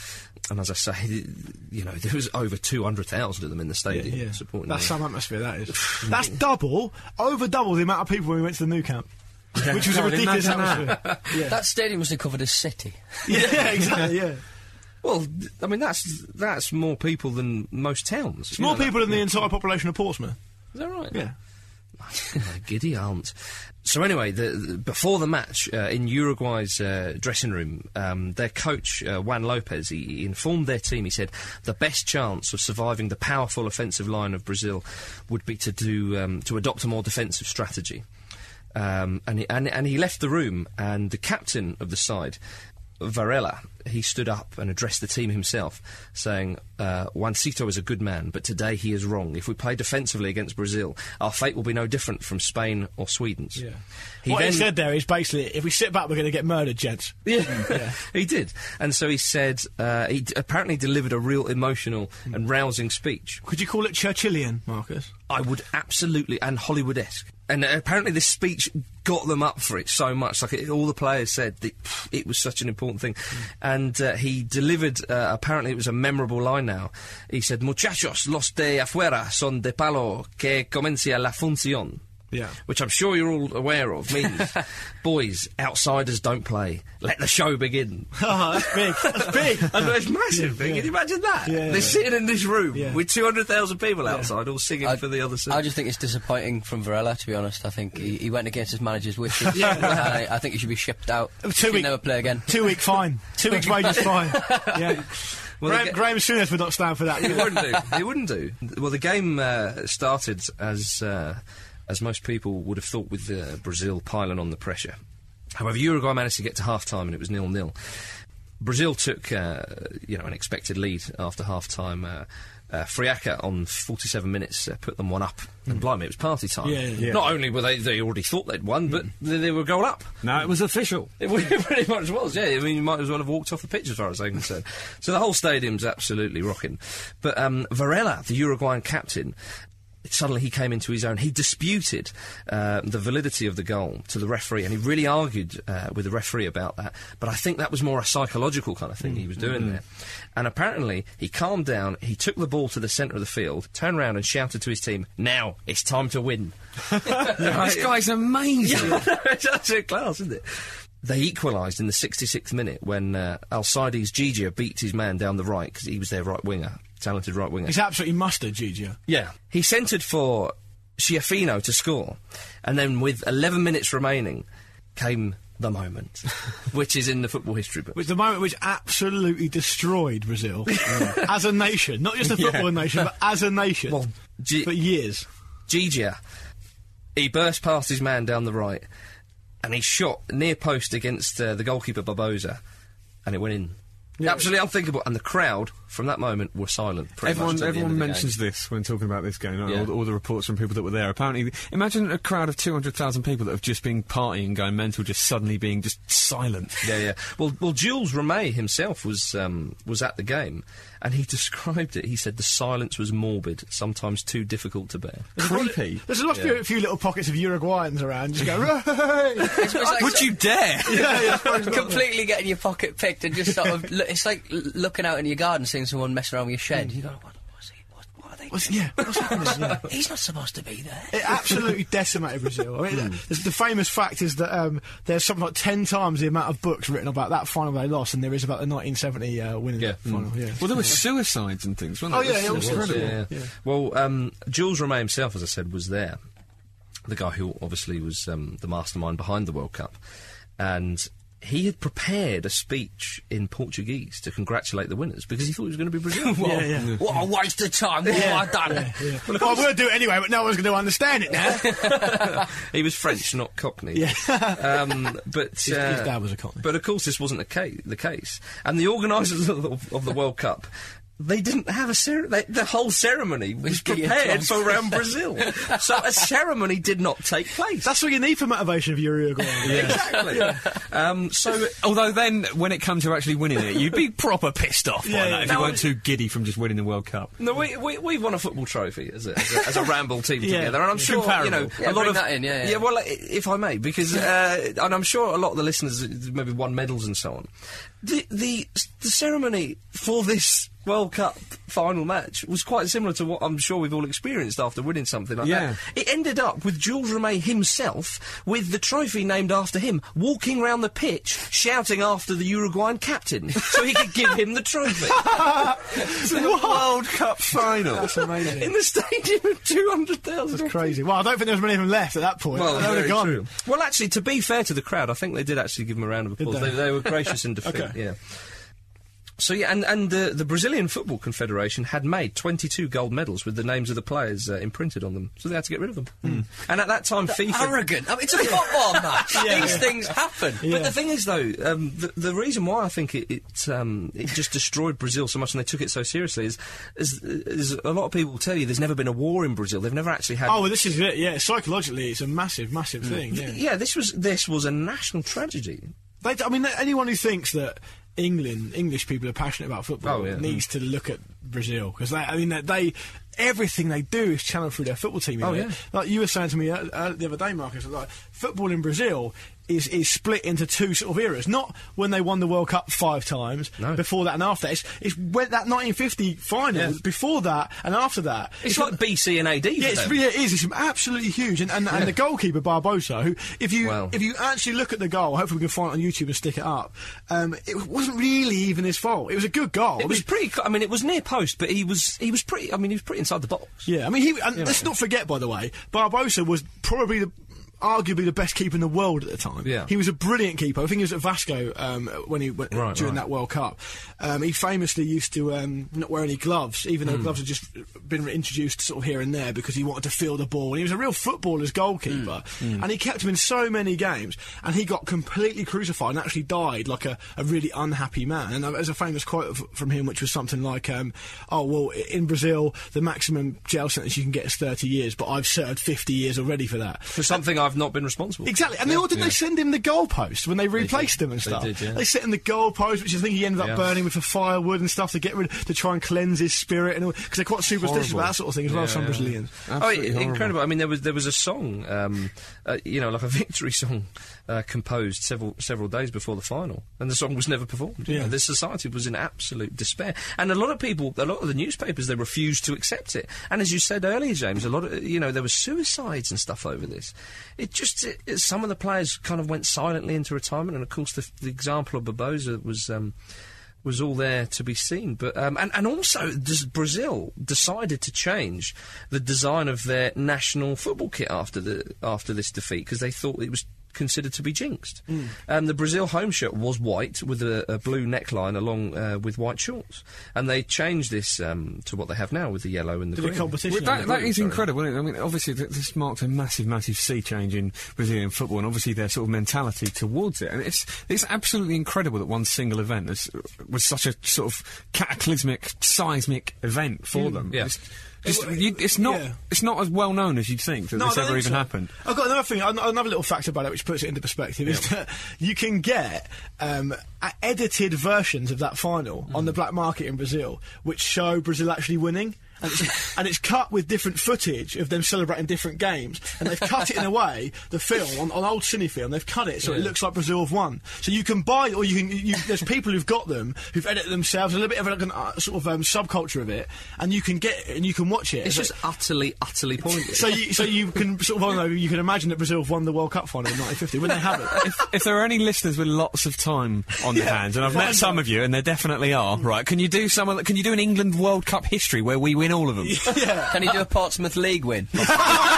and as I say, *laughs* th- you know there was over two hundred thousand of them in the stadium yeah, supporting. that's them. some atmosphere. That is. that's double, over double the amount of people when we went to the new camp, which was a God, ridiculous imagine that. atmosphere. *laughs* That stadium must have covered a city. yeah, *laughs* exactly. Yeah. well, th- I mean that's that's more people than most towns. It's more people than the entire population of Portsmouth. Is that right? Yeah. My Oh, giddy aunt. So anyway, the, the- before the match uh, in Uruguay's uh, dressing room, um, their coach uh, Juan Lopez he, he informed their team. He said the best chance of surviving the powerful offensive line of Brazil would be to do um, to adopt a more defensive strategy. Um, and, he, and and he left the room, and the captain of the side Varela, he stood up and addressed the team himself, saying, uh, Juancito is a good man, but today he is wrong. If we play defensively against Brazil, our fate will be no different from Spain or Sweden's. Yeah. He what he then- said there is basically, if we sit back, we're going to get murdered, gents. *laughs* yeah. Mm, *laughs* he did. And so he said, uh, he d- apparently delivered a real emotional and rousing speech. Could you call it Churchillian, Marcus? I would absolutely, and Hollywood esque. And uh, apparently, this speech got them up for it so much. Like, it, all the players said that pff, it was such an important thing. And uh, he delivered, uh, apparently, it was a memorable line now. He said, Muchachos, los de afuera son de palo que comienza la función. Yeah. Which I'm sure you're all aware of means, *laughs* boys, outsiders don't play. Let the show *laughs* begin. *laughs* Oh, that's big. *laughs* That's big. I know, it's massive. Yeah. Can you imagine that? Yeah. They're sitting in this room Yeah. with 200,000 people outside, all singing I- for the other side. I just think it's disappointing from Varela, to be honest. I think he, he went against his manager's *laughs* wishes. And I, I think he should be shipped out. Two He week- can never play again. Two week fine. Two weeks wages fine. *laughs* Yeah. Well, Graham, they get- Graham Souness would not stand for that. He wouldn't do. *laughs* He wouldn't do. Well, the game uh, started as uh, as most people would have thought with uh, Brazil piling on the pressure. However, Uruguay managed to get to half time and it was nil nil. Brazil took uh, you know an expected lead after half time. Uh, uh, Friaca on 47 minutes uh, put them one up, and blimey, it was party time. Yeah, yeah, Not only were they they already thought they'd won, but they, they were a goal up. Mm. No, it was official. *laughs* It pretty much was, yeah. I mean, you might as well have walked off the pitch as far as I'm concerned. so the whole stadium's absolutely rocking. But um, Varela, the Uruguayan captain, suddenly he came into his own. He disputed uh, the validity of the goal to the referee, and he really argued uh, with the referee about that. But I think that was more a psychological kind of thing he was Mm. Mm-hmm. doing there. And apparently, he calmed down, he took the ball to the centre of the field, turned around and shouted to his team, Now, it's time to win. *laughs* This guy's amazing. it's absolute class, isn't it? They equalised in the 66th minute when uh, Alcides Gigia beat his man down the right because he was their right winger, talented right winger. He's absolutely mustard, Gigi. Yeah. He centred for Schiaffino to score, and then with 11 minutes remaining came the moment, which is in the football history book. Which the moment which absolutely destroyed *laughs* Brazil as a nation, not *laughs* just a football nation, but as a nation Well, G- for years. Gigia, he burst past his man down the right, and he shot near post against uh, the goalkeeper Barbosa, and it went in. Absolutely unthinkable. And the crowd from that moment were silent. pretty much Everyone, till the end everyone of the mentions game. this when talking about this game. Yeah. All, all the reports from people that were there. Apparently, imagine a crowd of two hundred thousand people that have just been partying, going mental, just suddenly being just silent. Yeah, yeah. Well, well, Jules Rimet himself was um, was at the game, and he *laughs* described it. He said the silence was morbid, sometimes too difficult to bear. *laughs* Creepy. There's a lot of few, few little pockets of Uruguayans around just go, *laughs* right! *laughs* It's like- Would *laughs* you dare? *laughs* completely getting your pocket picked and just sort of *laughs* look, it's like l- looking out in your garden seeing someone messing around with your shed you go what, what's he, what, what are they What's- yeah, what's happening? *laughs* Yeah. Eh. doing? he's not supposed to be there It absolutely decimated Brazil. I mean, Hmm. the, the famous fact is that um, there's something like 10 times the amount of books written about that final they lost than there is about the 1970 uh, winning Yeah. Hmm. final. Yeah. Well, there were suicides and things, weren't Oh, there? yeah, yeah, it was incredible. Yeah, yeah. Well, um, Jules Rimet himself, as I said, was there. The guy who obviously was um, the mastermind behind the World Cup. And he had prepared a speech in Portuguese to congratulate the winners because he thought it was going to be Brazil. *laughs* Well, yeah. what a waste of time what have I done Yeah. Well, I'm going to do it anyway, but no one's going to understand it now. he was French, not Cockney. *laughs* um, but his dad was a Cockney. But of course, this wasn't the case. The case, and the organisers of, the- of the World Cup. They didn't have a ceremony. The whole ceremony was Whiskey and prepared Trump. for around Brazil, so a ceremony did not take place. *laughs* That's what you need for motivation of Uruguay. exactly. Um, so Although then, when it comes to actually winning it, you'd be proper pissed off Yeah, by yeah. that if No, you weren't too giddy from just winning the World Cup. No, we, we, we won a football trophy as a, as a, as a Ramble *laughs* team Yeah. together, and I'm It's sure you know comparable. Yeah, a lot bring of that in, yeah, yeah. Well, i- if I may, because uh, and I'm sure a lot of the listeners uh, maybe won medals and so on. The the the ceremony for this World Cup final match was quite similar to what I'm sure we've all experienced after winning something like Yeah. that. It ended up with Jules Rimet himself, with the trophy named after him, walking round the pitch shouting after the Uruguayan captain, so he could give him *laughs* the trophy. World Cup final. That's amazing. in the stadium of 200,000. That's crazy. Well, I don't think there was many of them left at that point. Well, they would have very gone. true. Well, actually, to be fair to the crowd, I think they did actually give him a round of applause. they? *laughs* They, they were gracious in defeat. Okay. Yeah. So yeah, and and the the Brazilian Football Confederation had made 22 gold medals with the names of the players uh, imprinted on them, so they had to get rid of them. And at that time, FIFA Arrogant. I mean, it's a *laughs* football match. These things happen. But the thing is, though, um, the, the reason why I think it it, um, it just destroyed Brazil so much and they took it so seriously is, is, is a lot of people tell you there's never been a war in Brazil. They've never actually had. Oh, well, this is it. Yeah, psychologically, it's a massive, massive Hmm. thing. Yeah. yeah, this was this was a national tragedy. They, I mean, anyone who thinks that England, English people are passionate about football, Oh, yeah. needs to look at Brazil because they, I mean, they- they everything they do is channeled through their football team. you Oh, know? yeah. Like you were saying to me uh, uh, the other day, Marcus, like football in Brazil. Is, is split into two sort of eras. Not when they won the World Cup five times, No. before that and after. It's, it's when that 1950 final, Yeah. before that and after that. It's, like BC and AD. Yeah, for it's, them. yeah, it is. It's absolutely huge, and and, and the goalkeeper Barbosa, who if you Wow. if you actually look at the goal, hopefully we can find it on YouTube and stick it up. Um, it wasn't really even his fault. It was a good goal. It was pretty. co- I mean, it was near post, but he was he was pretty. I mean, he was pretty inside the box. yeah, I mean, he, and let's not forget, by the way, Barbosa was probably the. Arguably the best keeper in the world at the time. Yeah. he was a brilliant keeper. I think he was at Vasco um, when he went, Right, during right. that World Cup. Um, he famously used to um, not wear any gloves, even though gloves had just been introduced sort of here and there because he wanted to feel the ball. And he was a real footballer's goalkeeper, and he kept him in so many games. And he got completely crucified and actually died like a, a really unhappy man. And uh, there's a famous quote of, from him, which was something like, um, "Oh well, i- in Brazil, the maximum jail sentence you can get is 30 years, but I've served 50 years already for that." For something I've not been responsible. for. Exactly. And they all did they send him the goalpost when they replaced him and They stuff? did, yeah. sent him the goalpost, which I think he ended up Yeah. burning with for firewood and stuff to get rid to try and cleanse his spirit and all because they're quite superstitious about that sort of thing as well, Yeah, some yeah. Brazilians. Oh, i- incredible! I mean, there was there was a song, um, uh, you know, like a *laughs* victory song, uh, composed several several days before the final, and the song was never performed. You Yeah. know, the society was in absolute despair, and a lot of people, a lot of the newspapers, they refused to accept it. And as you said earlier, James, a lot of you know there were suicides and stuff over this. It just it, it- some of the players kind of went silently into retirement, and of course the, the example of Barbosa was. Um, was all there to be seen. But um, and and also does Brazil decided to change the design of their national football kit after the after this defeat because they thought it was considered to be jinxed. Um, the Brazil home shirt was white with a, a blue neckline along uh, with white shorts, and they changed this um, to what they have now with the yellow and the Did a green. competition. Well, on that, it. that is incredible. Isn't it? I mean, obviously, th- this marked a massive, massive sea change in Brazilian football, and obviously their sort of mentality towards it. And it's it's absolutely incredible that one single event is, was such a sort of cataclysmic, seismic event for Mm. them. Yeah. It's, just- you- it's not yeah. it's not as well known as you'd think that No, I this don't ever think even so. happened. I've got another thing, an- another little fact about it, which puts it into perspective, is that you can get um, a- edited versions of that final Mm. on the black market in Brazil, which show Brazil actually winning. And *laughs* it's, and it's cut with different footage of them celebrating different games, and they've cut *laughs* it in a way. The film on, on old cinefilm, they've cut it so it looks like Brazil have won. So you can buy, or you can. You, there's people who've got them who've edited themselves a little bit of like an, uh, sort of um, subculture of it, and you can get it and you can watch it. It's like- just utterly, utterly *laughs* pointless. so you, so you can sort of, I don't know, you can imagine that Brazil have won the World Cup final in 1950 when they haven't. if there are any listeners with lots of time on their hands, and I've met some of you, and there definitely are, right? Can you do some? Of, the- can you do an England World Cup history where we win all *laughs* of them? Can he do a Portsmouth League win? *laughs* *laughs*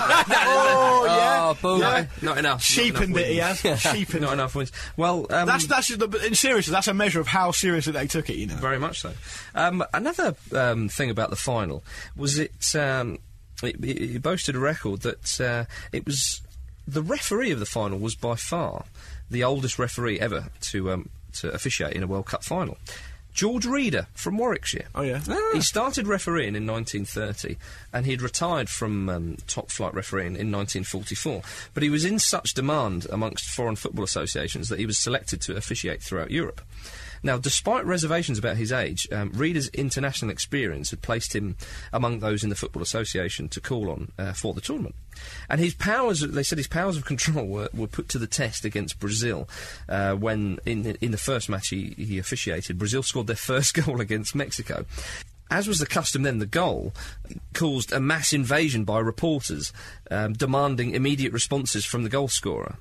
oh yeah, Oh, boo. no, not enough. sheepened not it, he enough has. Sheepened. Not it. enough wins. Well, um, That's that's just the, in seriousness. That's a measure of how seriously they took it. You know. Very much so. Um, another um, thing about the final was it, um, it, it, it boasted a record that uh, it was the referee of the final was by far the oldest referee ever to um, to officiate in a World Cup final. George Reader from Warwickshire. Oh, yeah. He started refereeing in 1930 and he'd retired from um, top flight refereeing in 1944. But he was in such demand amongst foreign football associations that he was selected to officiate throughout Europe. Now, despite reservations about his age, um, Reader's international experience had placed him among those in the Football Association to call on uh, for the tournament. And his powers, they said his powers of control were, were put to the test against Brazil uh, when, in the, in the first match he, he officiated, Brazil scored their *laughs* first goal against Mexico. As was the custom then, the goal caused a mass invasion by reporters um, demanding immediate responses from the goal scorer.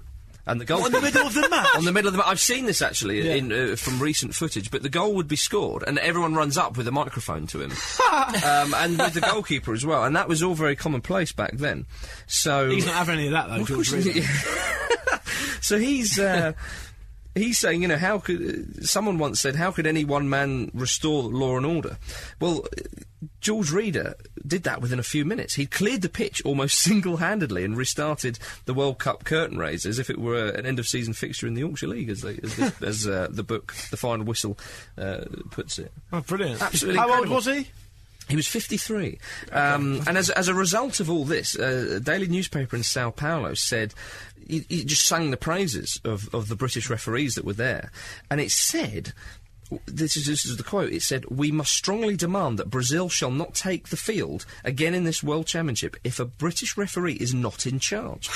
And the goal On the middle of the match. on the middle of the ma- I've seen this actually in, uh, from recent footage, but the goal would be scored, and everyone runs up with a microphone to him, um, and with the goalkeeper as well, and that was all very commonplace back then. So *laughs* He's not having any of that though. George Reader. so he's. Uh, he's saying, you know, how could uh, someone once said, how could any one man restore law and order? Well, uh, George Reader did that within a few minutes. He cleared the pitch almost *laughs* single-handedly and restarted the World Cup curtain raiser as if it were an end-of-season fixture in the Yorkshire League, as, they, as, the, *laughs* as uh, the book, the final whistle, uh, puts it. Oh, brilliant. Absolutely How incredible. old was he? He was 53. Um, and as, as a result of all this, uh, a daily newspaper in Sao Paulo said, he, he just sang the praises of, of the British referees that were there. And it said, w- this is, this is the quote, it said, We must strongly demand that Brazil shall not take the field again in this World Championship if a British referee is not in charge.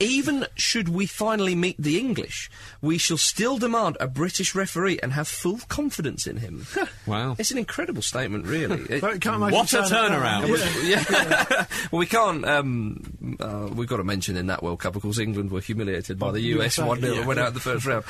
Even should we finally meet the English, we shall still demand a British referee and have full confidence in him. Wow. It's an incredible statement, really. It- Well, can't imagine What a turning turnaround. around. Yeah. yeah. *laughs* well, we can't. Um, uh, we've got to mention in that World Cup, of course, England were humiliated by the US USA, 1 0 that Oh, yeah. went out the first round.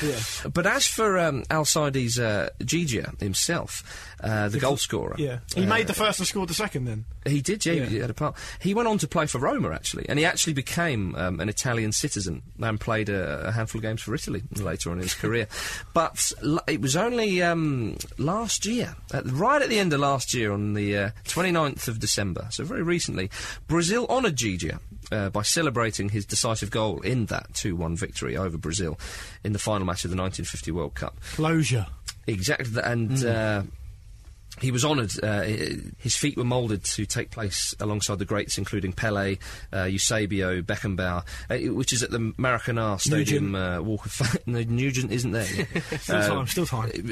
But as for um, Alcides uh, Gigia himself, uh, the goal scorer, Yeah. He made the first and scored the second then. he did, yeah, He had a part. He went on to play for Roma, actually, and he actually became um, an Italian citizen and played a, a handful of games for Italy later on in his career. But l- it was only um, last year, at, right at the end of last year, on the uh, 29th of December, so very recently, Brazil honoured Gigia uh, by celebrating his decisive goal in that 2 1 victory over Brazil in the final match of the 1950 World Cup. Closure. Exactly, that, and Hmm. uh, he was honoured. Uh, i- his feet were moulded to take place alongside the greats, including Pele, uh, Eusebio, Beckenbauer, uh, i- which is at the Maracanã Stadium uh, Walk of Fame. *laughs* no, Nugent *laughs* isn't there. yet. Still time, still time. *laughs*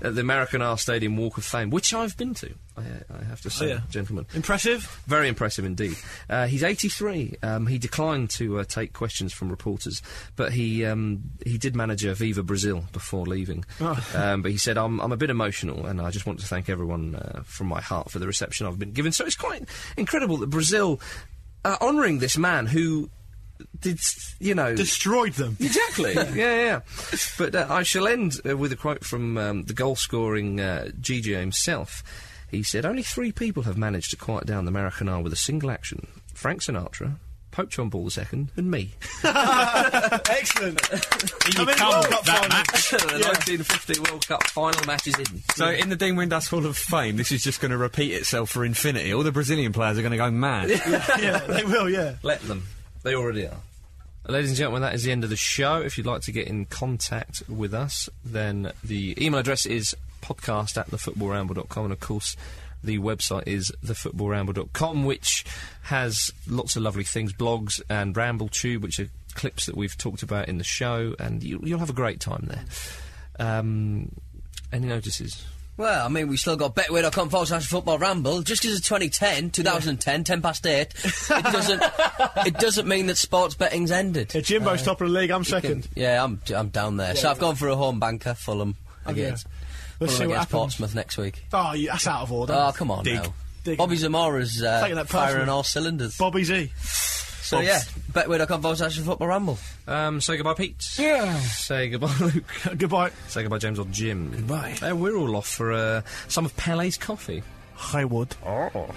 at the Maracanã Stadium Walk of Fame, which I've been to. I, I have to say, Oh, yeah. gentlemen. Impressive. Very impressive indeed. Uh, he's 83. Um, he declined to uh, take questions from reporters, but he um, he did manage a Viva Brazil before leaving. Oh. Um, but he said, I'm, I'm a bit emotional, and I just want to thank everyone uh, from my heart for the reception I've been given. So it's quite incredible that Brazil are honouring this man who did, you know. Destroyed them. Exactly. *laughs* yeah, yeah. But uh, I shall end uh, with a quote from um, the goal scoring uh, Gigi himself. He said, Only three people have managed to quiet down the Maracanã with a single action Frank Sinatra, Pope John Paul II, and me. *laughs* Excellent. In you mean, come, World Cup that final. match. the 1950 World Cup final match is in. So in the Dean Windass Hall of Fame, this is just going to repeat itself for infinity. All the Brazilian players are going to go mad. yeah, they will, yeah. Let them. They already are. Ladies and gentlemen, that is the end of the show. If you'd like to get in contact with us, then the email address is podcast at thefootballramble.com. And of course, the website is thefootballramble.com, which has lots of lovely things blogs and Ramble Tube, which are clips that we've talked about in the show. And you, you'll have a great time there. Um, any notices? Well, I mean, we still got betway.com forward slash football ramble. Just because it's 2010, 2010, 10 past 8, it doesn't, it doesn't mean that sports betting's ended. Yeah, Uh, Jimbo's top of the league, I'm second. Yeah, I'm, I'm down there. so I've gone for a home banker, Fulham, Oh, yeah. against, Let's see Fulham what against happens. Portsmouth next week. Oh, you- that's out of order. Oh, come on now. Dig. Bobby Zamora's Taking uh, that firing personal. all cylinders. Bobby Z. so, yeah, betway.com forward slash football ramble. Um, say goodbye, Pete. Yeah. Say goodbye, *laughs* Luke. Goodbye. Say goodbye, James or Jim. Goodbye. Uh, we're all off for uh, some of Pele's coffee. Haywood. Oh.